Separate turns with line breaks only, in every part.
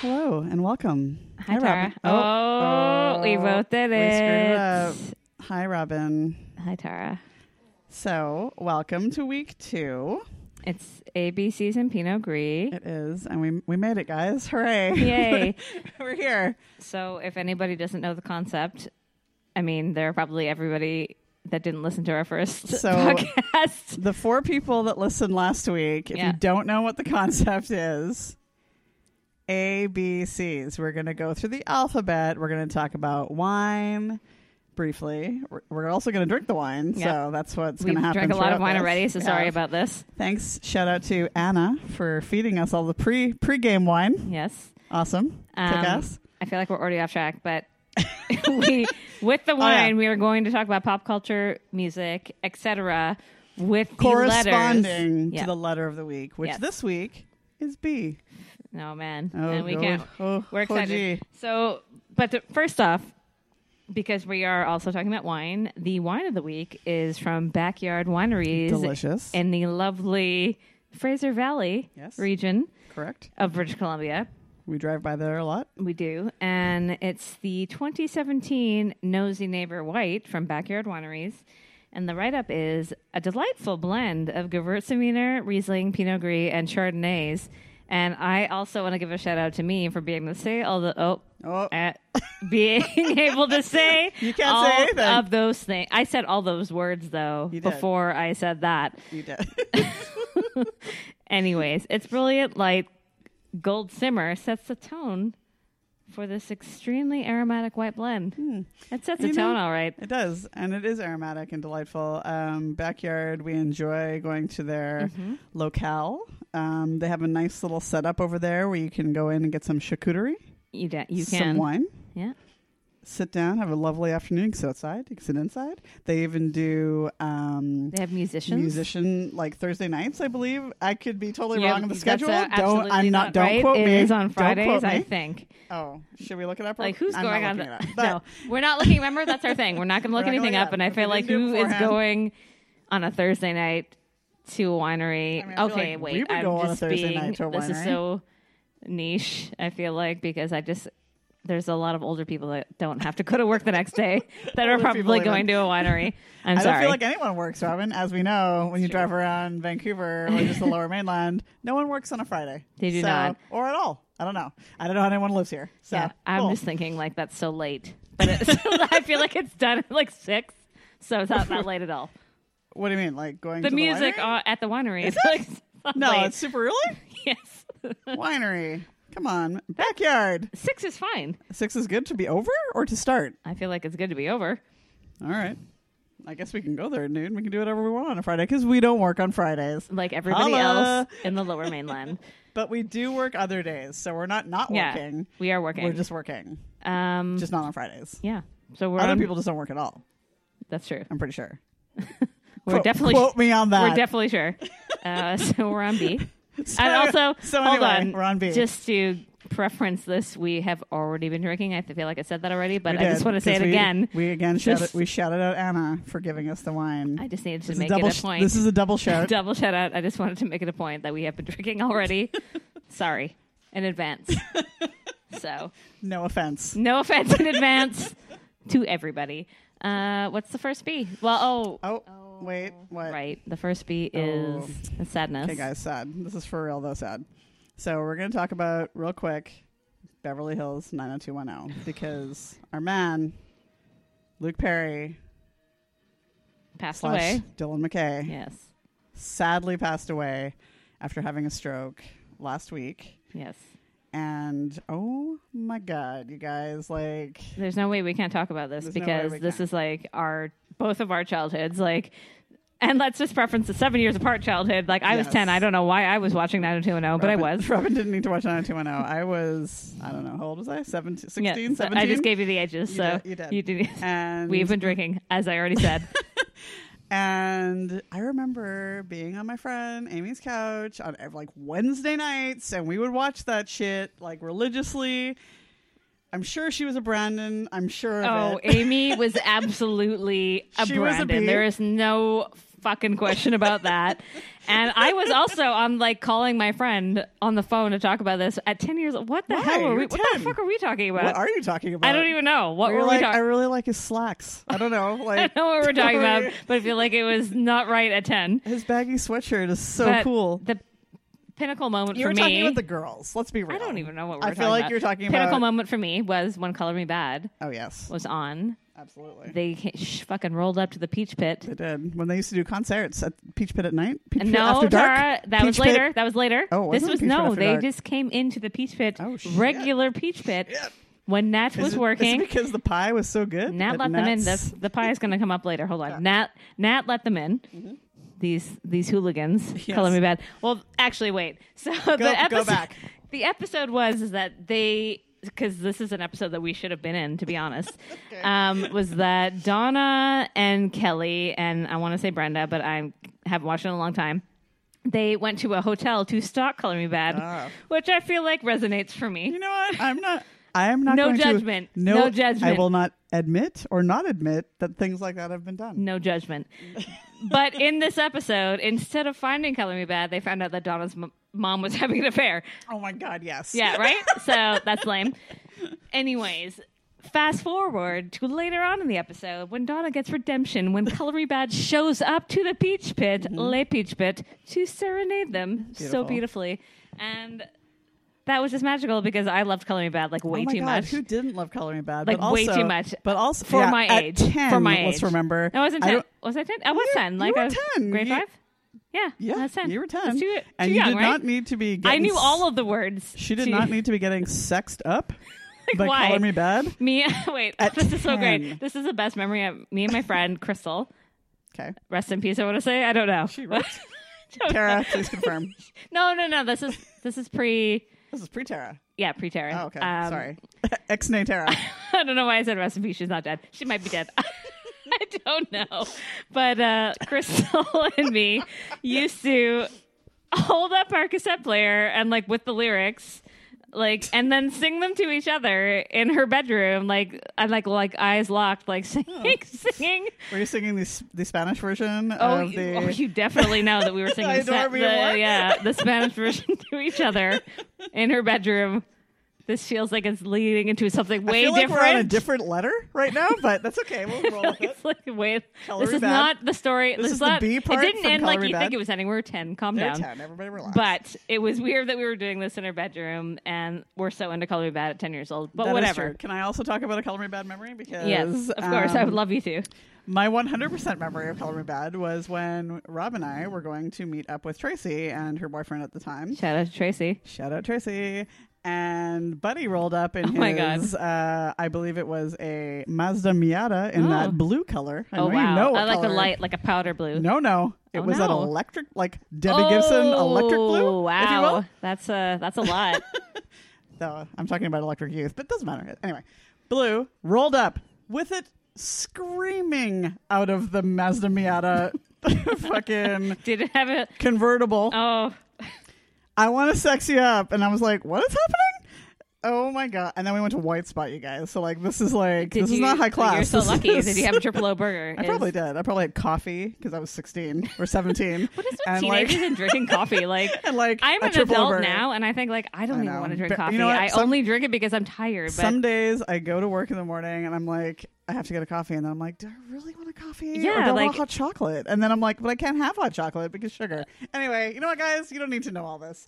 Hello and welcome.
Hi, Tara.
Robin. Oh,
Oh, we both did
we screwed it
it.
up. Hi, Robin.
Hi, Tara.
So, welcome to week two.
It's ABCs and Pinot Gris.
It is, and we we made it, guys! Hooray!
Yay.
We're here.
so, if anybody doesn't know the concept, I mean, there are probably everybody that didn't listen to our first
So-
podcast.
The four people that listened last week. If
Yeah.
you don't know what the concept is, A B C's. We're going to go through the alphabet. We're going to talk about wine briefly. We're- We're also going to drink the wine,
Yeah.
so that's what's
We
going to happen.
drank a lot of
throughout
wine
this.
already, so
Yeah.
sorry about this.
Thanks. Shout out to Anna for feeding us all the pre pre-game wine.
Yes.
Awesome.
Um,
Kick ass.
I feel like we're already off track, but we, with the
Oh, yeah.
wine, we are going to talk about pop culture, music, etc. With the letters.
Corresponding
Yeah.
to the letter of the week, which
Yes.
this week is B.
Oh man,
Oh,
and we
God.
can't.
Oh,
We're
oh,
excited.
gee.
so, but the, first off, because we are also talking about wine, the wine of the week is from Backyard Wineries,
Delicious.
in the lovely Fraser Valley
Yes.
region
Correct.
of British Columbia.
We drive by there a lot.
We do, and it's the 2017 Nosy Neighbor White from Backyard Wineries. And the write up is a delightful blend of Gewürztraminer, Riesling, Pinot Gris, and Chardonnays. And I also want to give a shout out to me for being able to say all the oh,
Oh.
eh, being able to say
You can't
all
say anything.
of those things. I said all those words though
You did.
before I said that.
You did.
Anyways, it's brilliant light gold simmer sets the tone for this extremely aromatic white blend. It sets the
Hmm. You
tone
know-
all right.
it does, and it is aromatic and delightful. Um, backyard, we enjoy going to their
Mm-hmm.
locale. Um, they have a nice little setup over there where you can go in and get some charcuterie,
You da- you
some
can
wine.
yeah.
sit down, have a lovely afternoon. You can sit outside, you can sit inside. They even do um,
They have musicians.
musician like Thursday nights, I believe. I could be totally
Yeah,
wrong on the
that's,
schedule.
uh,
don't
absolutely
I'm not. Don't
right.
quote
It
me.
is on
Don't
Fridays,
quote
I
me.
think.
Oh, should we look it up? or-
Like who's
I'm
going
not
on?
looking
The-
it up, but
no, we're not looking. Remember, that's our thing. We're not going to look
We're not gonna look it
anything up.
up.
And I
If
feel
we
like
didn't do it
who is
beforehand.
going on a Thursday night to a winery?
I mean, I feel
okay,
like
wait.
we would
I'm
go on a
just
Thursday
being,
night to a
This is
winery.
so niche. I feel like because I just there's a lot of older people that don't have to go to work the next day that are
Older people
probably
even.
going to a winery. I'm
I
sorry.
don't feel like anyone works, Robin. As we know, when you drive around Vancouver or just the Lower Mainland, no one works on a Friday.
They do
So-
not.
or at all. I don't know. I don't know how anyone lives here. So
Yeah,
uh,
I'm
cool.
just thinking like that's so late, but it's, I feel like it's done at like six, so it's not that late at all.
What do you mean, like going
The
to
music
The winery?
uh, at the winery is
it?
like not
no,
late.
it's super early.
yes,
Winery. Come on, backyard.
six is fine.
Six is good to be over or to start.
I feel like it's good to be over.
All right. I guess we can go there at noon. We can do whatever we want on a Friday because we don't work on Fridays,
Like everybody
Holla.
else in the Lower Mainland,
but we do work other days. So we're not not
yeah,
working.
we are working.
We're just working,
um,
just not on Fridays.
yeah. So we're
Other
on-
people just don't work at all.
That's true.
I'm pretty sure.
We're
Quote-
definitely
quote me on that.
We're definitely sure. Uh, so we're on B.
So-
And also,
so
hold
anyway,
on.
we're on B.
Just to preference this, we have already been drinking. I feel like I said that already, but
We
I
did,
just want to say it
because we-
again.
We again shouted,
Just-
we shouted out Anna for giving us the wine.
I just needed to
This is
make
double
it
sh-
a point.
This is a double shout.
double shout out. I just wanted to make it a point that we have been drinking already. Sorry in advance. so
no offense.
no offense in advance to everybody. Uh, what's the first B? Well, oh,
Oh, wait, what?
right. The first B
Oh.
is sadness.
Okay, guys, sad. This is for real, though, sad. So we're going to talk about, real quick, Beverly Hills 90210 because our man, Luke Perry,
Passed
slash
away.
Dylan McKay,
Yes.
sadly passed away after having a stroke last week.
Yes.
And oh my God, you guys, like,
There's no way we can't talk about this
There's no way
because
we
this
can't.
is like our both of our childhoods. Like, and let's just preference the seven years apart childhood. Like, I was
Yes.
ten. I don't know why I was watching 90210, but I
Robin-
was.
Robin didn't need to watch 90210. I was, I don't know, how old was I? 17, 16,
Yeah,
17?
so I just gave you the edges.
You
so
did- you did. and
did. We've been drinking, as I already said.
And I remember being on my friend Amy's couch on ev- like Wednesday nights, and we would watch that shit like religiously. I'm sure she was a Brandon. I'm sure of
oh,
it.
Amy was absolutely a
She was a
Brandon.
bee.
there is no fucking question about that. and I was also on like calling my friend on the phone to talk about this at 10 years old. What the
Why?
hell were we?
You're
What the
10.
fuck are we talking about?
What are you talking about?
I don't even know. What
You're
were
like,
we
I
talking
really like his slacks. I don't know. Like,
I don't know what we're talking
Sorry.
about, but I feel like it was not right at 10.
His baggy sweatshirt is so
But
cool.
The pinnacle moment
You were
for
talking
me.
about the girls. Let's be real.
I don't even know what we're
I
talking
feel like
about.
you're talking
pinnacle
about-
moment for me was when Color Me Bad
Oh yes,
was on.
absolutely.
They ca- sh- fucking rolled up to the Peach Pit.
They did when they used to do concerts at Peach Pit at night. Peach
And
Pit
no,
after dark.
Tara, that
Peach
was
Pit-
later. That was later.
Oh, it
this
wasn't Peach
was
Pit
no.
After
They
Dark.
just came into the Peach Pit,
Oh, shit.
regular Peach Pit, when Nat
Is
was
it- is it
working.
because the pie was so good.
Nat
that
let them in.
Nat's-
The, the pie is going to come up later. Hold on. Nat Nat let them in. These these hooligans.
Mm-hmm. Yes.
Color me bad. Well, actually, wait. So
go
the episode,
back.
The episode was is that they because this is an episode that we should have been in to be honest. um, was that Donna and Kelly and I want to say Brenda, but I haven't watched it in a long time. They went to a hotel to stalk Color Me Bad,
Ah.
which I feel like resonates for me.
You know what? I'm not. I am not.
No
going to-
judgment.
no,
No judgment.
I will not admit or not admit that things like that have been done.
no judgment. but in this episode, instead of finding Color Me Bad, they found out that Donna's m- mom was having an affair.
Oh my God! Yes.
Yeah, right? so that's lame. Anyways, fast forward to later on in the episode when Donna gets redemption when Color Me Bad shows up to the Peach Pit, Le Peach Pit, to serenade them so
Mm-hmm. Beautiful.
beautifully. And that was just magical because I loved Color Me Bad like way
oh my
too
God,
much.
Who didn't love Color Me Bad?
Like,
but
way
also-
too much.
But also
for
yeah,
my
at
age.
10,
for my age.
Let's remember.
I wasn't
I
10.
don't-
was I 10? I was
You-
10.
you
Like
were
I was
10.
Grade
You-
5? Yeah.
Yeah,
I was 10.
you were
I
ten,
was too, too
and
young,
you did
right?
not need to be. Getting,
I knew all of the words.
She did
to-
not need to be getting sexed up by
why?
Color Me Bad.
Me, wait,
At
this is so
10.
great. This is the best memory of me and my friend, Crystal.
Okay,
Rest in peace, I want to say. I don't know.
she wrote. Tara, please confirm.
No, no, no. This is this is pre,
This is pre Tara.
yeah, Um, pre Tara.
Oh, okay. Sorry. Ex nay Tara.
I don't know why I said rest in peace. She's not dead. She might be dead. I don't know. But uh, Crystal and me used to hold up our cassette player and like with the lyrics. Like and then sing them to each other in her bedroom, like and like like eyes locked, like singing, singing.
Were you singing the, s- the Spanish version
Oh,
of
you,
the.
oh, you definitely know that we were singing
I
the, Spa-
adore me more.
the yeah the Spanish version to each other in her bedroom. This feels like it's leading into something
I
way
feel like
different.
we're on a different letter right now, but that's okay. We'll roll with it.
it's like wait,
Color
this
me
is
bad.
not the story. This,
is the
not.
B
it
part
didn't
from
end
Color
like
Me
you
Bad.
think it was ending. We were ten. Calm
They're
down.
10. Everybody relax.
But it was weird that we were doing this in her bedroom, and we're so into Color Me Bad at ten years old. But
That is
whatever.
true. Can I also talk about a Color Me Bad memory? Because
Yes, of course. I
um,
would love you to.
My 100% memory of Color Me Bad was when Rob and I were going to meet up with Tracy and her boyfriend at the time.
Shout out to Tracy.
Shout out Tracy. And Buddy rolled up in
Oh my God.
his, uh, I believe it was a Mazda Miata in
Oh.
that blue color. I
Oh
know
wow!
you know what
I like
color.
the light, like a powder blue.
No, no. It
Oh,
was an
no.
electric, like Debbie Gibson electric blue.
Oh, Wow,
If you will.
that's a that's a lot.
Though I'm talking about electric youth, but it doesn't matter. Anyway, blue rolled up with it screaming out of the Mazda Miata fucking
Did it have a?
convertible.
Oh,
I want to sex you up. And I was like, what is happening? Oh my God. And then we went to White Spot, you guys. So, like, this is like,
did
this
you,
is not high class.
You're so
This
lucky.
is-
Did you have a triple O burger?
I
Is-
probably did. I probably had coffee because I was 16 or 17.
What is with
and
teenagers
like,
and drinking coffee? Like,
and like
I'm
a
an
triple
adult
burger.
now, and I think like I don't
I
even
know.
want to drink
But
coffee.
you know what?
I
Some-
only drink it because I'm tired. But
Some days I go to work in the morning and I'm like, I have to get a coffee. And then I'm like, do I really want a coffee?
Yeah,
or do I
like-
want hot chocolate? And then I'm like, but I can't have hot chocolate because sugar. Anyway, you know what, guys? You don't need to know all this.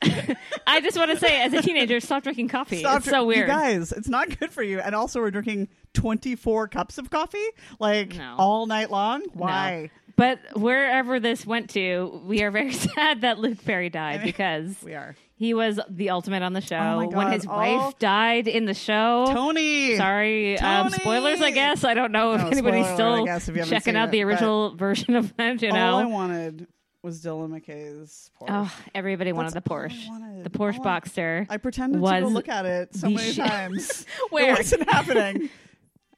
I just want to say, as a teenager, stop drinking coffee.
Stop
it's
dr-
so weird.
You guys, it's not good for you. And also, we're drinking 24 cups of coffee like
No.
all night long.
No.
Why?
But wherever this went to, we are very sad that Luke Perry died because
We are.
he was the ultimate on the show.
my
When
God.
his
Oh.
wife died in the show,
Tony.
Oh, Sorry, um,
Tony!
spoilers. I guess I don't know if
No, spoiler
anybody's
alert,
still
I guess, if you haven't
checking
seen
out
it,
the
but-
original version of it. You
All I
know,
wanted was Dylan McKay's Porsche.
oh, everybody wanted the
That's all I
Porsche,
wanted.
the Porsche
All I-
Boxster.
I pretended
was
to go look at it so
the
many
shit.
times.
Where?
It wasn't happening.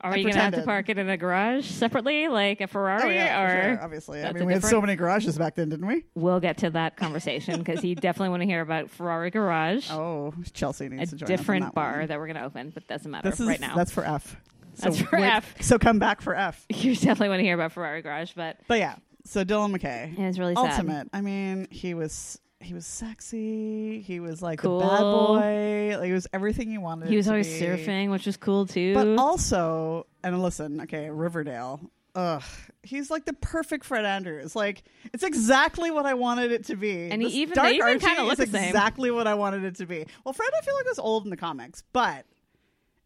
Are
I
you gonna have to
pretended.
park it in a garage separately, like a Ferrari,
Oh, yeah, for
or
sure, obviously. I
That's
mean,
a
we had so
different-
many garages back then, didn't we?
we'll get to that conversation because you definitely want to hear about Ferrari garage,
Oh, Chelsea
a
needs to join
different
us on that
bar
one.
that we're gonna open, but doesn't matter
This is
right now.
that's for F. So
That's for F.
So come back for F.
You definitely want to hear about Ferrari garage, but
But yeah, So Dylan McKay,
It was really sad.
ultimate. I mean, he was he was sexy. He was like
Cool.
the bad boy. Like, he was everything you wanted.
He
it
was
to
always
be.
surfing, which was cool too.
but also and listen. Okay, Riverdale. Ugh, he's like the perfect Fred Andrews. Like it's exactly what I wanted it to be.
And he
This
even-
dark
they even
Archie
kinda look
is
the same.
exactly what I wanted it to be. Well, Fred, I feel like was old in the comics, but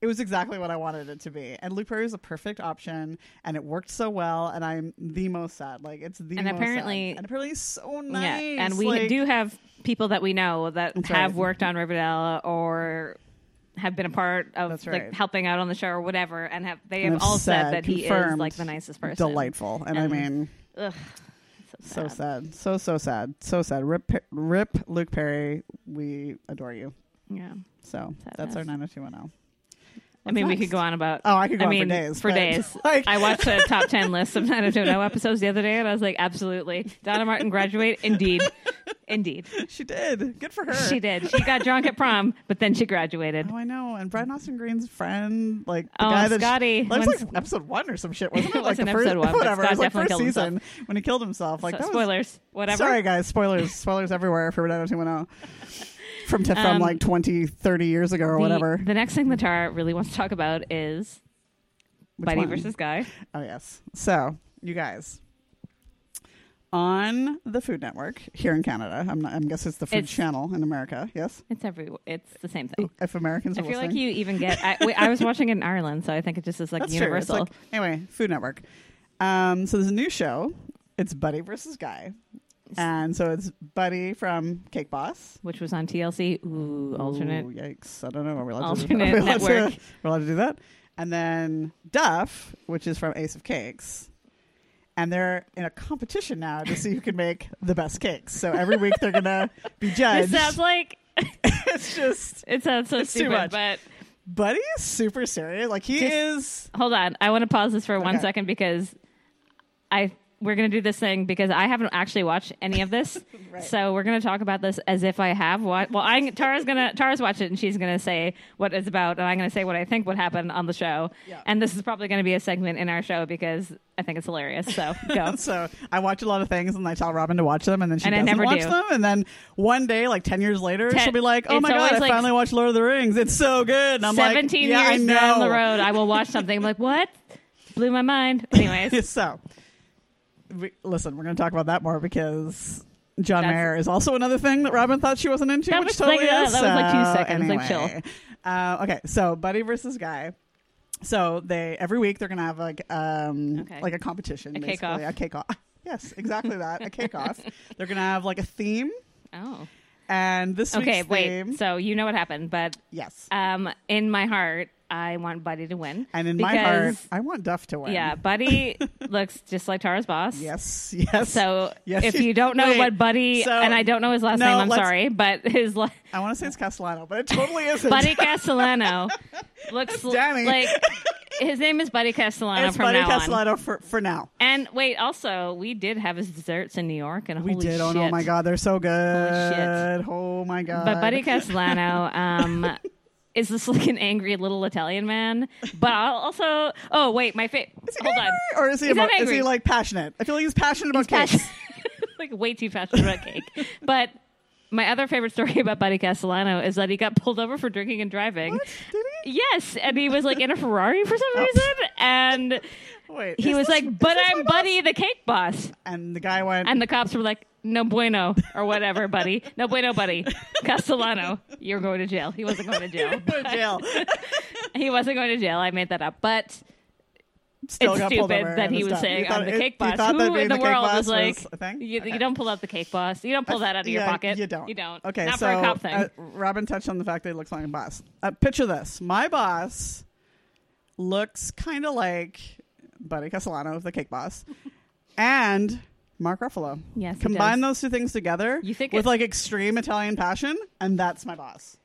it was exactly what I wanted it to be. And Luke Perry was a perfect option, and it worked so well. And I'm the most sad. Like it's the
And
most
apparently-
sad. and apparently he's so nice.
Yeah, and we
like,
do have people that we know that
That's
have
right.
worked on Riverdale or have been a part of
That's
like
right.
helping out on the show or whatever, and have they
And
have
I've
all said that he is
confirmed,
like the nicest person.
delightful. And, I
And-
mean,
Ugh,
so sad, so so sad, so sad. Rip, Pe- rip, Luke Perry. We adore you.
Yeah,
So
Sadness.
that's our 90210.
I mean, we
next?
could go on about.
Oh, I could go
I
on for
mean,
days,
For
but,
days.
like-
I watched a top ten list of 90210 episodes the other day, and I was like, absolutely, Donna Martin graduate, indeed, indeed,
She did. Good for her.
she did. She got drunk at prom, but then she graduated.
Oh, I know. And Brian Austin Green's friend, like the
Oh,
guy that
Scotty.
like, it was
When-
like episode one or some shit, wasn't it?
It
Like
wasn't
the first,
episode one, but
whatever. It was
Scott
like first
definitely killed
season when he killed himself. Like
So,
that was-
spoilers, whatever.
Sorry, guys. Spoilers. spoilers everywhere for 90210 from t- from
Um,
like 20, 30 years ago or
The-
whatever.
The next thing the Tar really wants to talk about is
Which
Buddy
one?
versus Guy.
Oh yes. So you guys. On the Food Network here in Canada, I'm, not, I'm guess it's the Food
It's-
Channel in America. Yes, Oh,
It's every. It's the same thing.
if Americans
I
are
feel
listening.
like you even get. I, wait, I was watching it in Ireland, so I think it just is like
That's true. It's
universal.
like- anyway, Food Network. Um, so there's a new show. It's Buddy versus Guy, and so it's Buddy from Cake Boss.
which was on TLC. Ooh, alternate.
Ooh, yikes! I don't know. Are we allowed
Alternate
to do that? Are we allowed to-
network.
we're allowed to do that. And then Duff, which is from Ace of Cakes, and they're in a competition now to see who can make the best cakes. So every week they're gonna be
It
judged.
sounds like
it's just
it sounds so
It's too
stupid,
much.
but
Buddy is super serious. Like he
Just-
is.
hold on. I want to pause this for one
Okay.
second because I we're gonna do this thing because I haven't actually watched any of this.
Right.
So we're gonna talk about this as if I have watched. Well, I Tara's gonna Tara's watch it and she's gonna say what it's about, and I'm gonna say what I think would happen on the show.
Yeah.
And this is probably gonna be a segment in our show because I think it's hilarious. So go.
So I watch a lot of things, and I tell Robin to watch them, and then she
And I
doesn't
never
watch
do.
them. And then one day, like ten years later,
Ten-
she'll be like, "Oh
it's
my god,
always
I
like-
finally watched Lord of the Rings. It's so good." And I'm like,
Seventeen
"Yeah, I
years
know."
down the road, I will watch something. I'm like, what? Blew my mind. Anyways,
so, we, listen, we're going to talk about that more because John
That's-
Mayer is also another thing that Robin thought she wasn't into,
That
which
was
totally
like-
is.
that was like two
So,
seconds, like, chill.
anyway. Uh, okay, so Buddy versus Guy. So they every week they're going to have like um
Okay.
like a competition,
A
basically
cake-off.
a cake off. Yes, exactly that. A cake off. They're going to have like a theme,
oh.
and this week's
Okay, wait.
theme.
So you know what happened, but
yes,
um, in my heart, I want Buddy to win.
and in my heart,
because-
I want Duff to win.
yeah, Buddy looks just like Tara's boss.
Yes. Yes.
So
Yes,
if
you-
you don't know
wait,
what Buddy,
so-
and I don't know his last
No,
name, I'm
let's-
sorry, but his la-
I want to say it's Castellano, but it totally isn't.
Buddy Castellano looks l-
Danny.
like his name is Buddy Castellano
it's
from
Buddy
now on.
Castellano for, for now.
And wait, also we did have his desserts in New York, and
We
holy
did.
shit.
Oh, no, my God. They're so good.
Holy
Oh, my God.
But Buddy Castellano um, is this like an angry little Italian man? But I'll also, oh wait, my favorite.
Is he
Hold
angry,
on,
Or is he,
He's
emo-
not
is he
angry.
like passionate? I feel like he's passionate about cakes.
Passion- like way too passionate about cake. But my other favorite story about Buddy Castellano is that he got pulled over for drinking and driving.
What? Did he?
Yes, and he was like in a Ferrari for some reason, and
Wait.
he
is
was
this-
like, "But
is this
I'm
my boss?"
Buddy the Cake Boss,"
And the guy went,
and the cops were like. No bueno, or whatever, buddy. No bueno, buddy. Castellano, you're going to jail. He wasn't going to jail.
go to jail.
He wasn't going to jail. I made that up, but
Still
it's
got pulled over
stupid that
and
he
it's
was
done.
saying
You thought
I'm the
it-
cake
you
boss.
thought that
Who
being
in the,
cake
world
boss
is like
was a thing?
You,
Okay.
you don't pull out the cake boss. You don't pull that out of your
Yeah,
pocket.
You don't.
You don't.
Okay,
Not
so
for a cop thing.
Uh, Robin touched on the fact that he looks like a boss. Uh, picture this: my boss looks kind of like Buddy Castellano, the cake boss, and Mark Ruffalo.
Yes, he
combine those
does.
two things together
You think
with
it-
like extreme Italian passion, and that's my boss.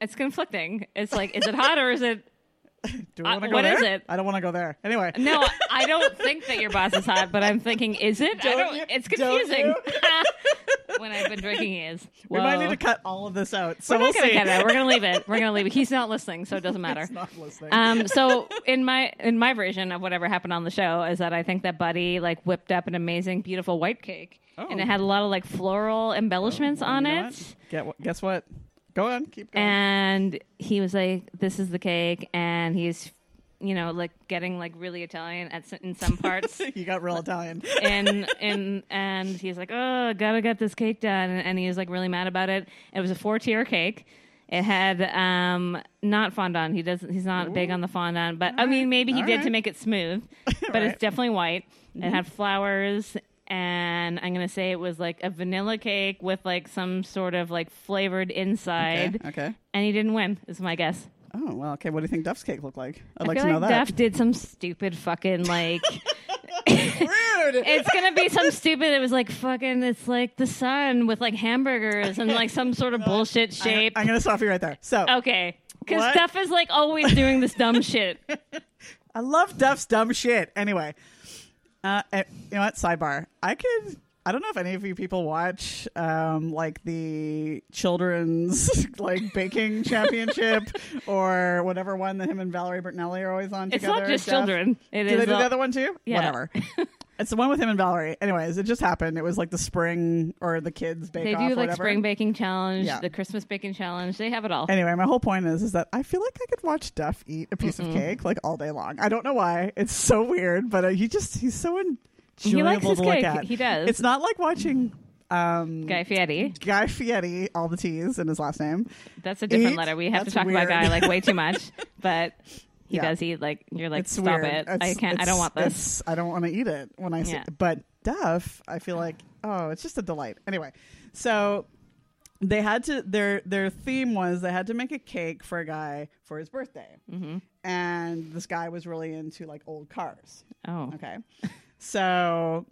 it's conflicting. It's like, is it hot or is it
Do I
Uh,
want to go
what
there?
is it?
I don't want to go there. Anyway,
No, I don't think that your boss is hot, but I'm thinking, is it? I
Don't
don't,
you-
it's
don't
confusing. when I've been drinking, he is.
we might
Whoa.
need to cut all of this out. So
We're
we'll
not gonna
see.
cut it. We're gonna leave it. We're gonna leave it. He's not listening, so it doesn't matter.
It's not listening.
Um, so in my in my version of whatever happened on the show is that I think that Buddy like whipped up an amazing, beautiful white cake,
Oh.
and it had a lot of like floral embellishments on
You know
it.
what? Get what? Guess what? Go on. Keep going.
And he was like, "This is the cake," and he's, you know, like getting like really Italian at s- in some parts.
you got real Italian.
and and and he's like, "Oh, gotta get this cake done," and he was like really mad about it. It was a four tier cake. It had um, not fondant. He doesn't. He's not big on the fondant, but I mean, maybe he
All
did to
right.
make it smooth. But
Right. Mm-hmm.
it's definitely white. It had flowers, and I'm gonna say it was like a vanilla cake with like some sort of like flavored inside.
Okay. okay.
And he didn't win. Is my guess.
Oh well. Okay. What do you think Duff's cake looked like? I'd
I
like
feel
to know
like
that.
Duff did some stupid fucking like.
Rude.
It's gonna be some stupid. It was like fucking. It's like the sun with like hamburgers and like some sort of bullshit shape.
I'm gonna stop you right there. So
okay, because
What?
Duff is like always doing this dumb shit.
I love Duff's dumb shit. Anyway, uh, eh, you know what? Sidebar. I could. I don't know if any of you people watch um, like the children's like baking championship or whatever one that him and Valerie Bertinelli are always on
It's
together.
not just
Jeff.
children. It
Do
is
they do
all-
the other one too?
Yeah.
Whatever. it's the one with him and Valerie. Anyways, it just happened. It was like the spring or the kids bake
They
off.
do
or
like
whatever.
spring baking challenge,
Yeah.
the Christmas baking challenge. They have it all.
Anyway, my whole point is is that I feel like I could watch Duff eat a piece of cake like all day long. I don't know why. It's so weird, but uh, he just he's so enjoyable
likes his
to look
cake.
at.
He does. Mm-hmm.
It's not like watching um,
Guy Fieri.
Guy Fieri, all the T's in his last name.
That's a different
Eat?
letter. We have to
That's
talk about
weird.
Guy like way too much, but he
Yeah.
does eat like you're like
It's
stop
weird.
it. I
It's-
can't. I don't
it's-
want this.
it's- I don't want to eat it when I see.
Yeah.
But Duff, I feel like oh, it's just a delight. Anyway, so they had to their their theme was they had to make a cake for a guy for his birthday,
Mm-hmm.
and this guy was really into like old cars.
Oh,
Okay. So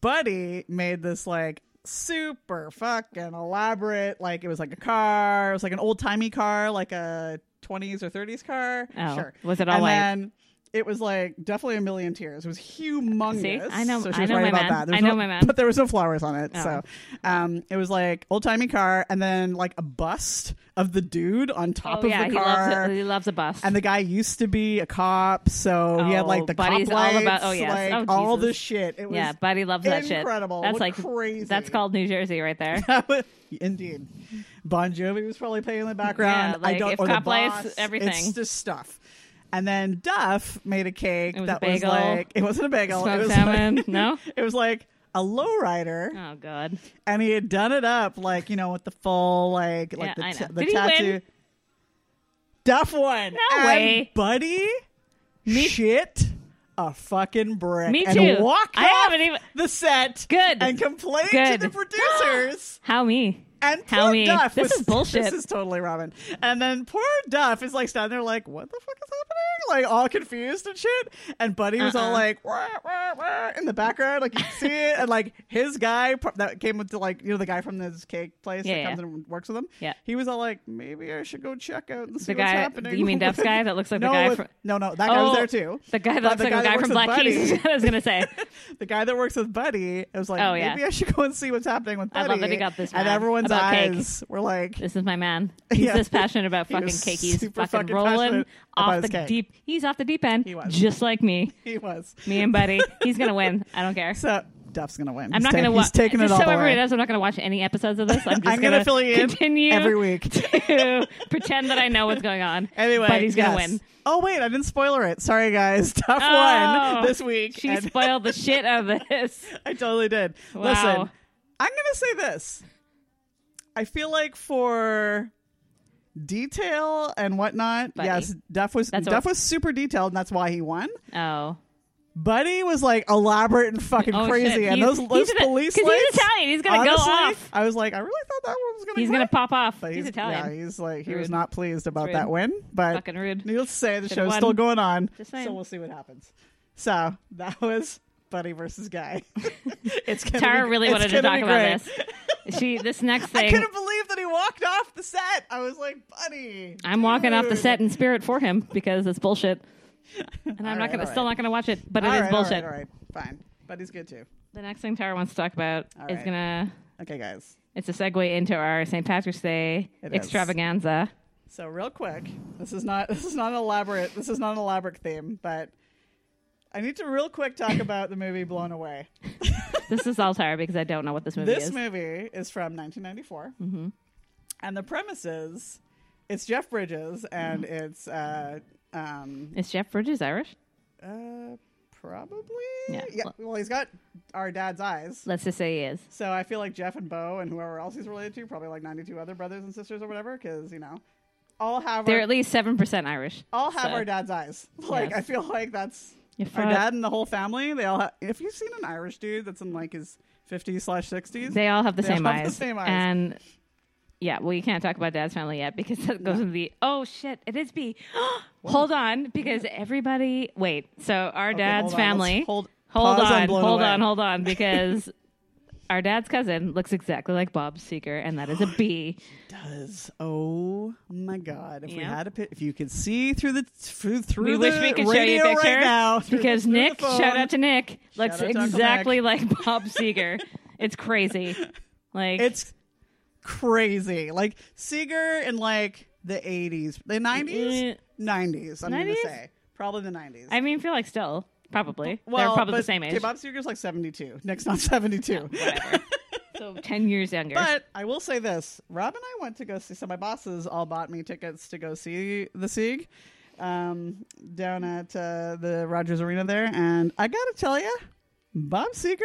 Buddy made this like super fucking elaborate, like it was like a car, it was like an old timey car, like a 20s or 30s car.
Oh.
Sure.
Was it all
and
white?
Then, it was like definitely a million tears. It was humongous.
See? I know-
so she
I
was
know
right
my
about
man.
that. There
I
was
know
no-
my man.
But there was no flowers on it,
Oh.
so um, it was like old timey car, and then like a bust of the dude on top
oh
of
yeah,
the
he
car.
loves it. He loves a bus.
And the guy used to be a cop, so he had like
Oh,
the
but
cop
he's
lights,
all about- oh, yes.
like
Oh,
all
Jesus.
this shit. It was
yeah, Buddy loves that shit.
incredible.
That's
It
like
was crazy.
That's called New Jersey right there.
indeed. Bon Jovi was probably playing in the background.
Yeah, like,
I don't
if
or the
cop lights,
boss.
everything.
It's just stuff. And then Duff made a cake
It was a
that
bagel.
was like it wasn't a bagel.
Smoked
it was
salmon.
like
No?
it was like a lowrider,
Oh God.
and he had done it up like you know with the full like
Yeah,
like the,
I
t-
know.
the
Did he win?
tattoo. Duff won.
No
And
way.
buddy.
Me-
shit. A fucking brick.
Me
And
too.
walked
I
off
haven't even-
the set.
Good.
And complained
Good.
to the producers.
How me?
And poor
How me?
Duff
This
was-
is bullshit.
This is totally Robin. And then poor Duff is like standing there, like, what the fuck is happening? Like all confused and shit. And Buddy was all
Uh-uh.
like, wah, wah, wah, in the background, like you can see it. And like his guy pro- that came with the, like you know the guy from this cake place
Yeah,
that
yeah.
comes and works with him.
Yeah.
he was all like, maybe I should go check out and see
the
what's
guy,
happening.
you mean Duff's
with-
guy that looks like
no,
the guy
with-
from
no, no, that guy was there too.
The guy that
But
looks
the
like
guy
the
that
guy
works
from
with
Black
Buddy-
Keys. I was gonna say.
the guy that works with Buddy it was like,
Oh, yeah.
maybe I should go and see what's happening with
I
Buddy.
love that he got this
And
mad
everyone's
about cake.
eyes were like,
This is my man. He's
Yeah.
this passionate about
He
fucking
was
cake. He's
super
fucking,
fucking
rolling
passionate
off
about
the
his cake.
deep. He's off the deep end.
He was.
just like me.
he was.
Me and Buddy. He's gonna win. I don't care.
So Duff's gonna win.
I'm
He's
not
ta-
gonna watch.
He's taking it
just
all
so
the
everybody
way.
knows, I'm not gonna watch any episodes of this. I'm just
I'm gonna fill you in
continue
every week.
to pretend that I know what's going on.
Anyway,
Buddy's gonna
yes.
win.
Oh wait, I didn't spoiler it. Sorry guys, Duff
Oh.
won this week.
She
and
spoiled the shit out of this.
I totally did.
Wow.
Listen, I'm gonna say this. I feel like for detail and whatnot,
Buddy.
yes, Duff was
That's
Duff
what-
was super detailed, and that's why he won.
Oh.
Buddy was like elaborate and fucking
Oh,
crazy,
shit.
and
He's-
those,
he's
those
gonna-
police
'cause he's
lights.
Italian. He's gonna go
honestly,
off.
I was like, I really thought that one was gonna.
He's
crack.
gonna pop off.
But
he's, Italian.
Yeah, he's like he was
Rude.
not pleased about
It's
that
rude.
win. But
Fucking rude.
needless to say, the
Should've
show's
won.
still going on,
Just saying.
so we'll see what happens. So that was Buddy versus Guy. it's gonna
Tara
be-
really
it's
wanted to
gonna
talk
be
about
great.
this. She this
I
next thing
couldn't believe that he won. walked off the set. I was like, buddy.
I'm walking off the
dude.
set in spirit for him because it's bullshit. And I'm
All
not
right,
gonna
all
still
right.
not gonna watch it, but it
All
is
right, all right,
bullshit.
All right, fine. Buddy's good too.
The next thing Tara wants to talk about
All
is
right.
gonna
Okay, guys.
it's a segue into our St. Patrick's Day
It is.
extravaganza.
So real quick, this is not this is not an elaborate this is not an elaborate theme, but I need to real quick talk about the movie Blown Away.
this is all Tara because I don't know what this movie
this
is. Mm-hmm.
movie is from 1994, and the premise is it's Jeff Bridges and
Mm-hmm.
it's uh, um,
is Jeff Bridges Irish?
uh, probably
Yeah, well-
Well, he's got our dad's eyes.
Let's just say he is.
So I feel like Jeff and Bo and whoever else he's related to, probably like 92 other brothers and sisters or whatever, because, you know, all have
They're
our,
at least seven percent Irish.
all have
so-
our dad's eyes. Like,
Yes.
I feel like that's
If,
our
uh,
dad and the whole family. They all have, if you've seen an Irish dude that's in like his 50s slash 60s,
They all have the
They
same
all have
eyes.
the same eyes.
And yeah, well, you can't talk about Dad's family yet because that goes into the oh shit, it is B. hold on, because everybody wait. So our
Okay,
dad's
hold on, let's
family.
hold-
hold
pause on
on,
Blown
hold
Away.
on, hold on, because our dad's cousin looks exactly like Bob Seeker, and that is a B.
does. Oh my God. If we
Yeah.
had a pic, if you could see through the, through, through
We
the
wish we could show you
radio
a picture
right now. through-
because
through the
Nick, shout
phone,
out to Nick, looks
out to Uncle Nick.
exactly like Bob Seeger. it's crazy. Like
It's crazy. Like Seeger in like the eighties, the
Yeah.
nineties, nineties. I'm
90s?
gonna say probably the nineties.
I mean, feel like still probably
well,
they're probably the
but-
same age.
Okay, Bob Seger's like seventy-two. Nick's not seventy-two.
whatever. so ten years younger.
But I will say this: Rob and I went to go see. So my bosses all bought me tickets to go see the Sieg um, down at uh, the Rogers Arena there, and I gotta tell you, Bob Seeger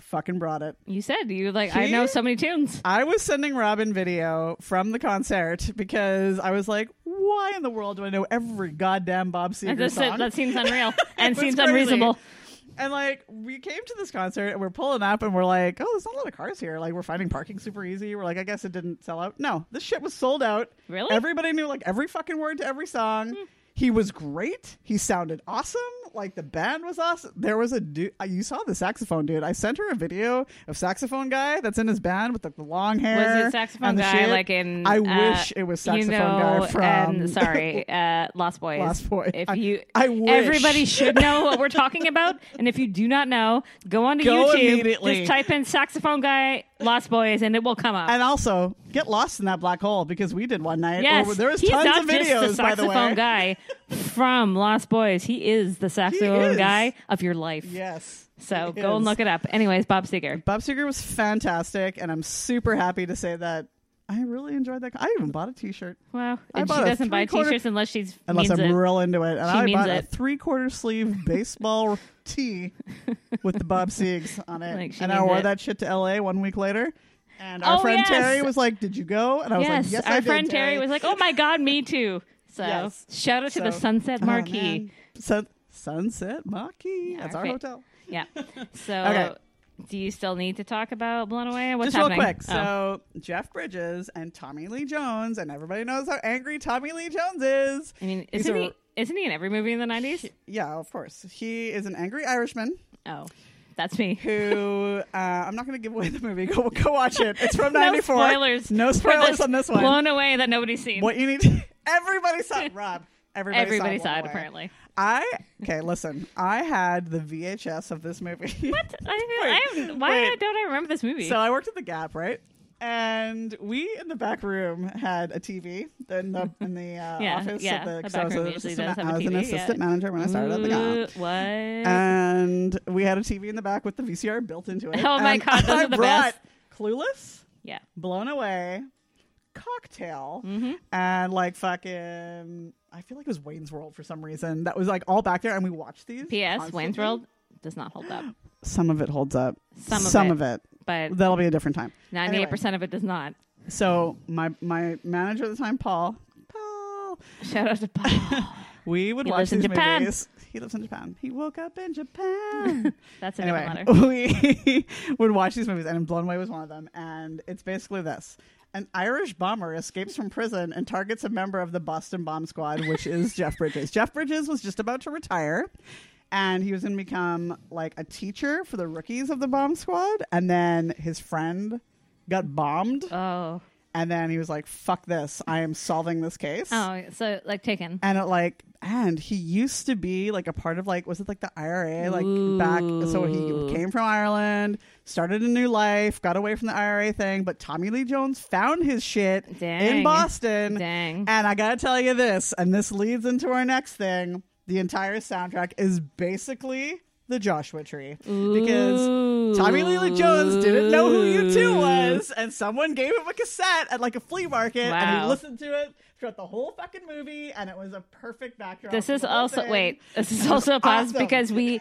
fucking brought it.
you said you like I
He-
know so many tunes.
I was sending Robin video from the concert because I was like, why in the world do I know every goddamn Bob Seger
And this-
song?
that seems unreal and
It's
seems
crazy.
unreasonable.
And like we came to this concert and we're pulling up and we're like, oh, there's not a lot of cars here. Like we're finding parking super easy. We're like, I guess it didn't sell out. No, this shit was sold out.
Really? Hmm.
Everybody knew like every fucking word to every song. He was great. He sounded awesome. Like the band was awesome. There was a dude. You saw the saxophone dude. I sent her a video of saxophone guy that's in his band with like the long hair.
Was it saxophone
and the
guy
shit.
like in?
I
uh,
wish it was saxophone
you know,
guy from.
and- sorry, uh, Lost Boys.
Lost Boys.
If
I-
you,
I wish.
everybody should know what we're talking about. And if you do not know, go onto
Go
YouTube.
immediately.
Just type in saxophone guy Lost Boys, and it will come up.
And also, get lost in that black hole because we did one night.
Yes,
Well, there was
he's
tons
not
of
just
videos,
the
by the
saxophone
way.
guy from Lost Boys. He is the saxophone
is.
guy of your life.
Yes.
So
he
go and
is.
look it up. Anyways, Bob Seger.
Bob Seger was fantastic, and I'm super happy to say that I really enjoyed that. I even bought a T-shirt,
Wow.
I
And she
bought a
doesn't buy
three-quarter-
t-shirts unless she's
unless
means
I'm
it.
real into it. And
She
I
means
bought a
it.
three-quarter sleeve baseball tee with the Bob Segs on it,
Like, she
and I
means
wore
it.
that shit to L.A. one week later. And our
Oh,
friend
yes.
Terry was like, "Did you go?" And I was
yes,
like, "Yes,
our
I did."
friend Terry. was like, "Oh my God, me too." So
Yes.
shout out to the
So-
Sunset
Oh,
Marquee.
man. Sun- Sunset Marquee.
Yeah,
That's
our
our
fa-
hotel.
yeah. So
Okay.
do you still need to talk about Blown Away? What's
Just
happening?
real quick.
Oh.
So Jeff Bridges and Tommy Lee Jones, and everybody knows how angry Tommy Lee Jones is.
I mean,
He's
isn't
a-
he? Isn't he in every movie in the nineties?
Yeah, of course. He is an angry Irishman
Oh, that's me.
who uh, I'm not going to give away the movie. Go, go watch it. It's from
No
'94.
spoilers.
No
for
spoilers on this one.
Blown Away that nobody's seen.
What you need? To, everybody saw Rob. Everybody,
Everybody
saw,
saw
Blown
it
Away.
apparently.
I okay. Listen, I had the VHS of this movie. What?
I, I am, why
wait.
don't I remember this movie?
So I worked at the Gap, right? And we in the back room had a TV in the in the uh,
Yeah,
office.
yeah,
at the,
the
so I
back
was
room
an
usually
assistant-
does have a
I was an
TV,
assistant
yeah.
manager when I started at the Uh, Gap.
Ooh, what?
And we had a TV in the back with the VCR built into it.
Oh my
And
God, those
I
are the
brought
best.
Clueless,
yeah.
Blown Away, Cocktail,
Mm-hmm.
and like fucking. I feel like it was Wayne's World for some reason. That was like all back there, and we watched these.
P.S. Wayne's
constantly.
World does not hold up,
Some of it holds up.
Some of
of
it.
it.
but
That'll be a different time.
ninety-eight
Anyway.
percent of it does not.
So my my manager at the time, Paul. Paul.
Shout out to Paul.
We would
He
watch
lives in
these
Japan.
movies. He lives in Japan. He woke up in Japan.
That's a
anyway,
different letter.
we would watch these movies, and Blown Away was one of them. And it's basically this: an Irish bomber escapes from prison and targets a member of the Boston Bomb Squad, which is Jeff Bridges. Jeff Bridges was just about to retire. And he was going to become like a teacher for the rookies of the bomb squad. And then his friend got bombed
Oh,
And then he was like, fuck this. I am solving this case.
Oh, so like taken.
And it like, and he used to be like a part of like, was it like the IRA? Like back, so
Ooh.
he came from Ireland, started a new life, got away from the IRA thing. But Tommy Lee Jones found his shit
Dang.
in Boston.
Dang.
And I gotta tell you this, and this leads into our next thing. The entire soundtrack is basically the Joshua Tree because Tommy Lee Jones didn't know who you 2 was, and someone gave him a cassette at like a flea market, and
Wow.
he listened to it throughout the whole fucking movie, and it was a perfect backdrop.
This
for
is
the whole
also
thing.
wait. This is also a pause
awesome.
because we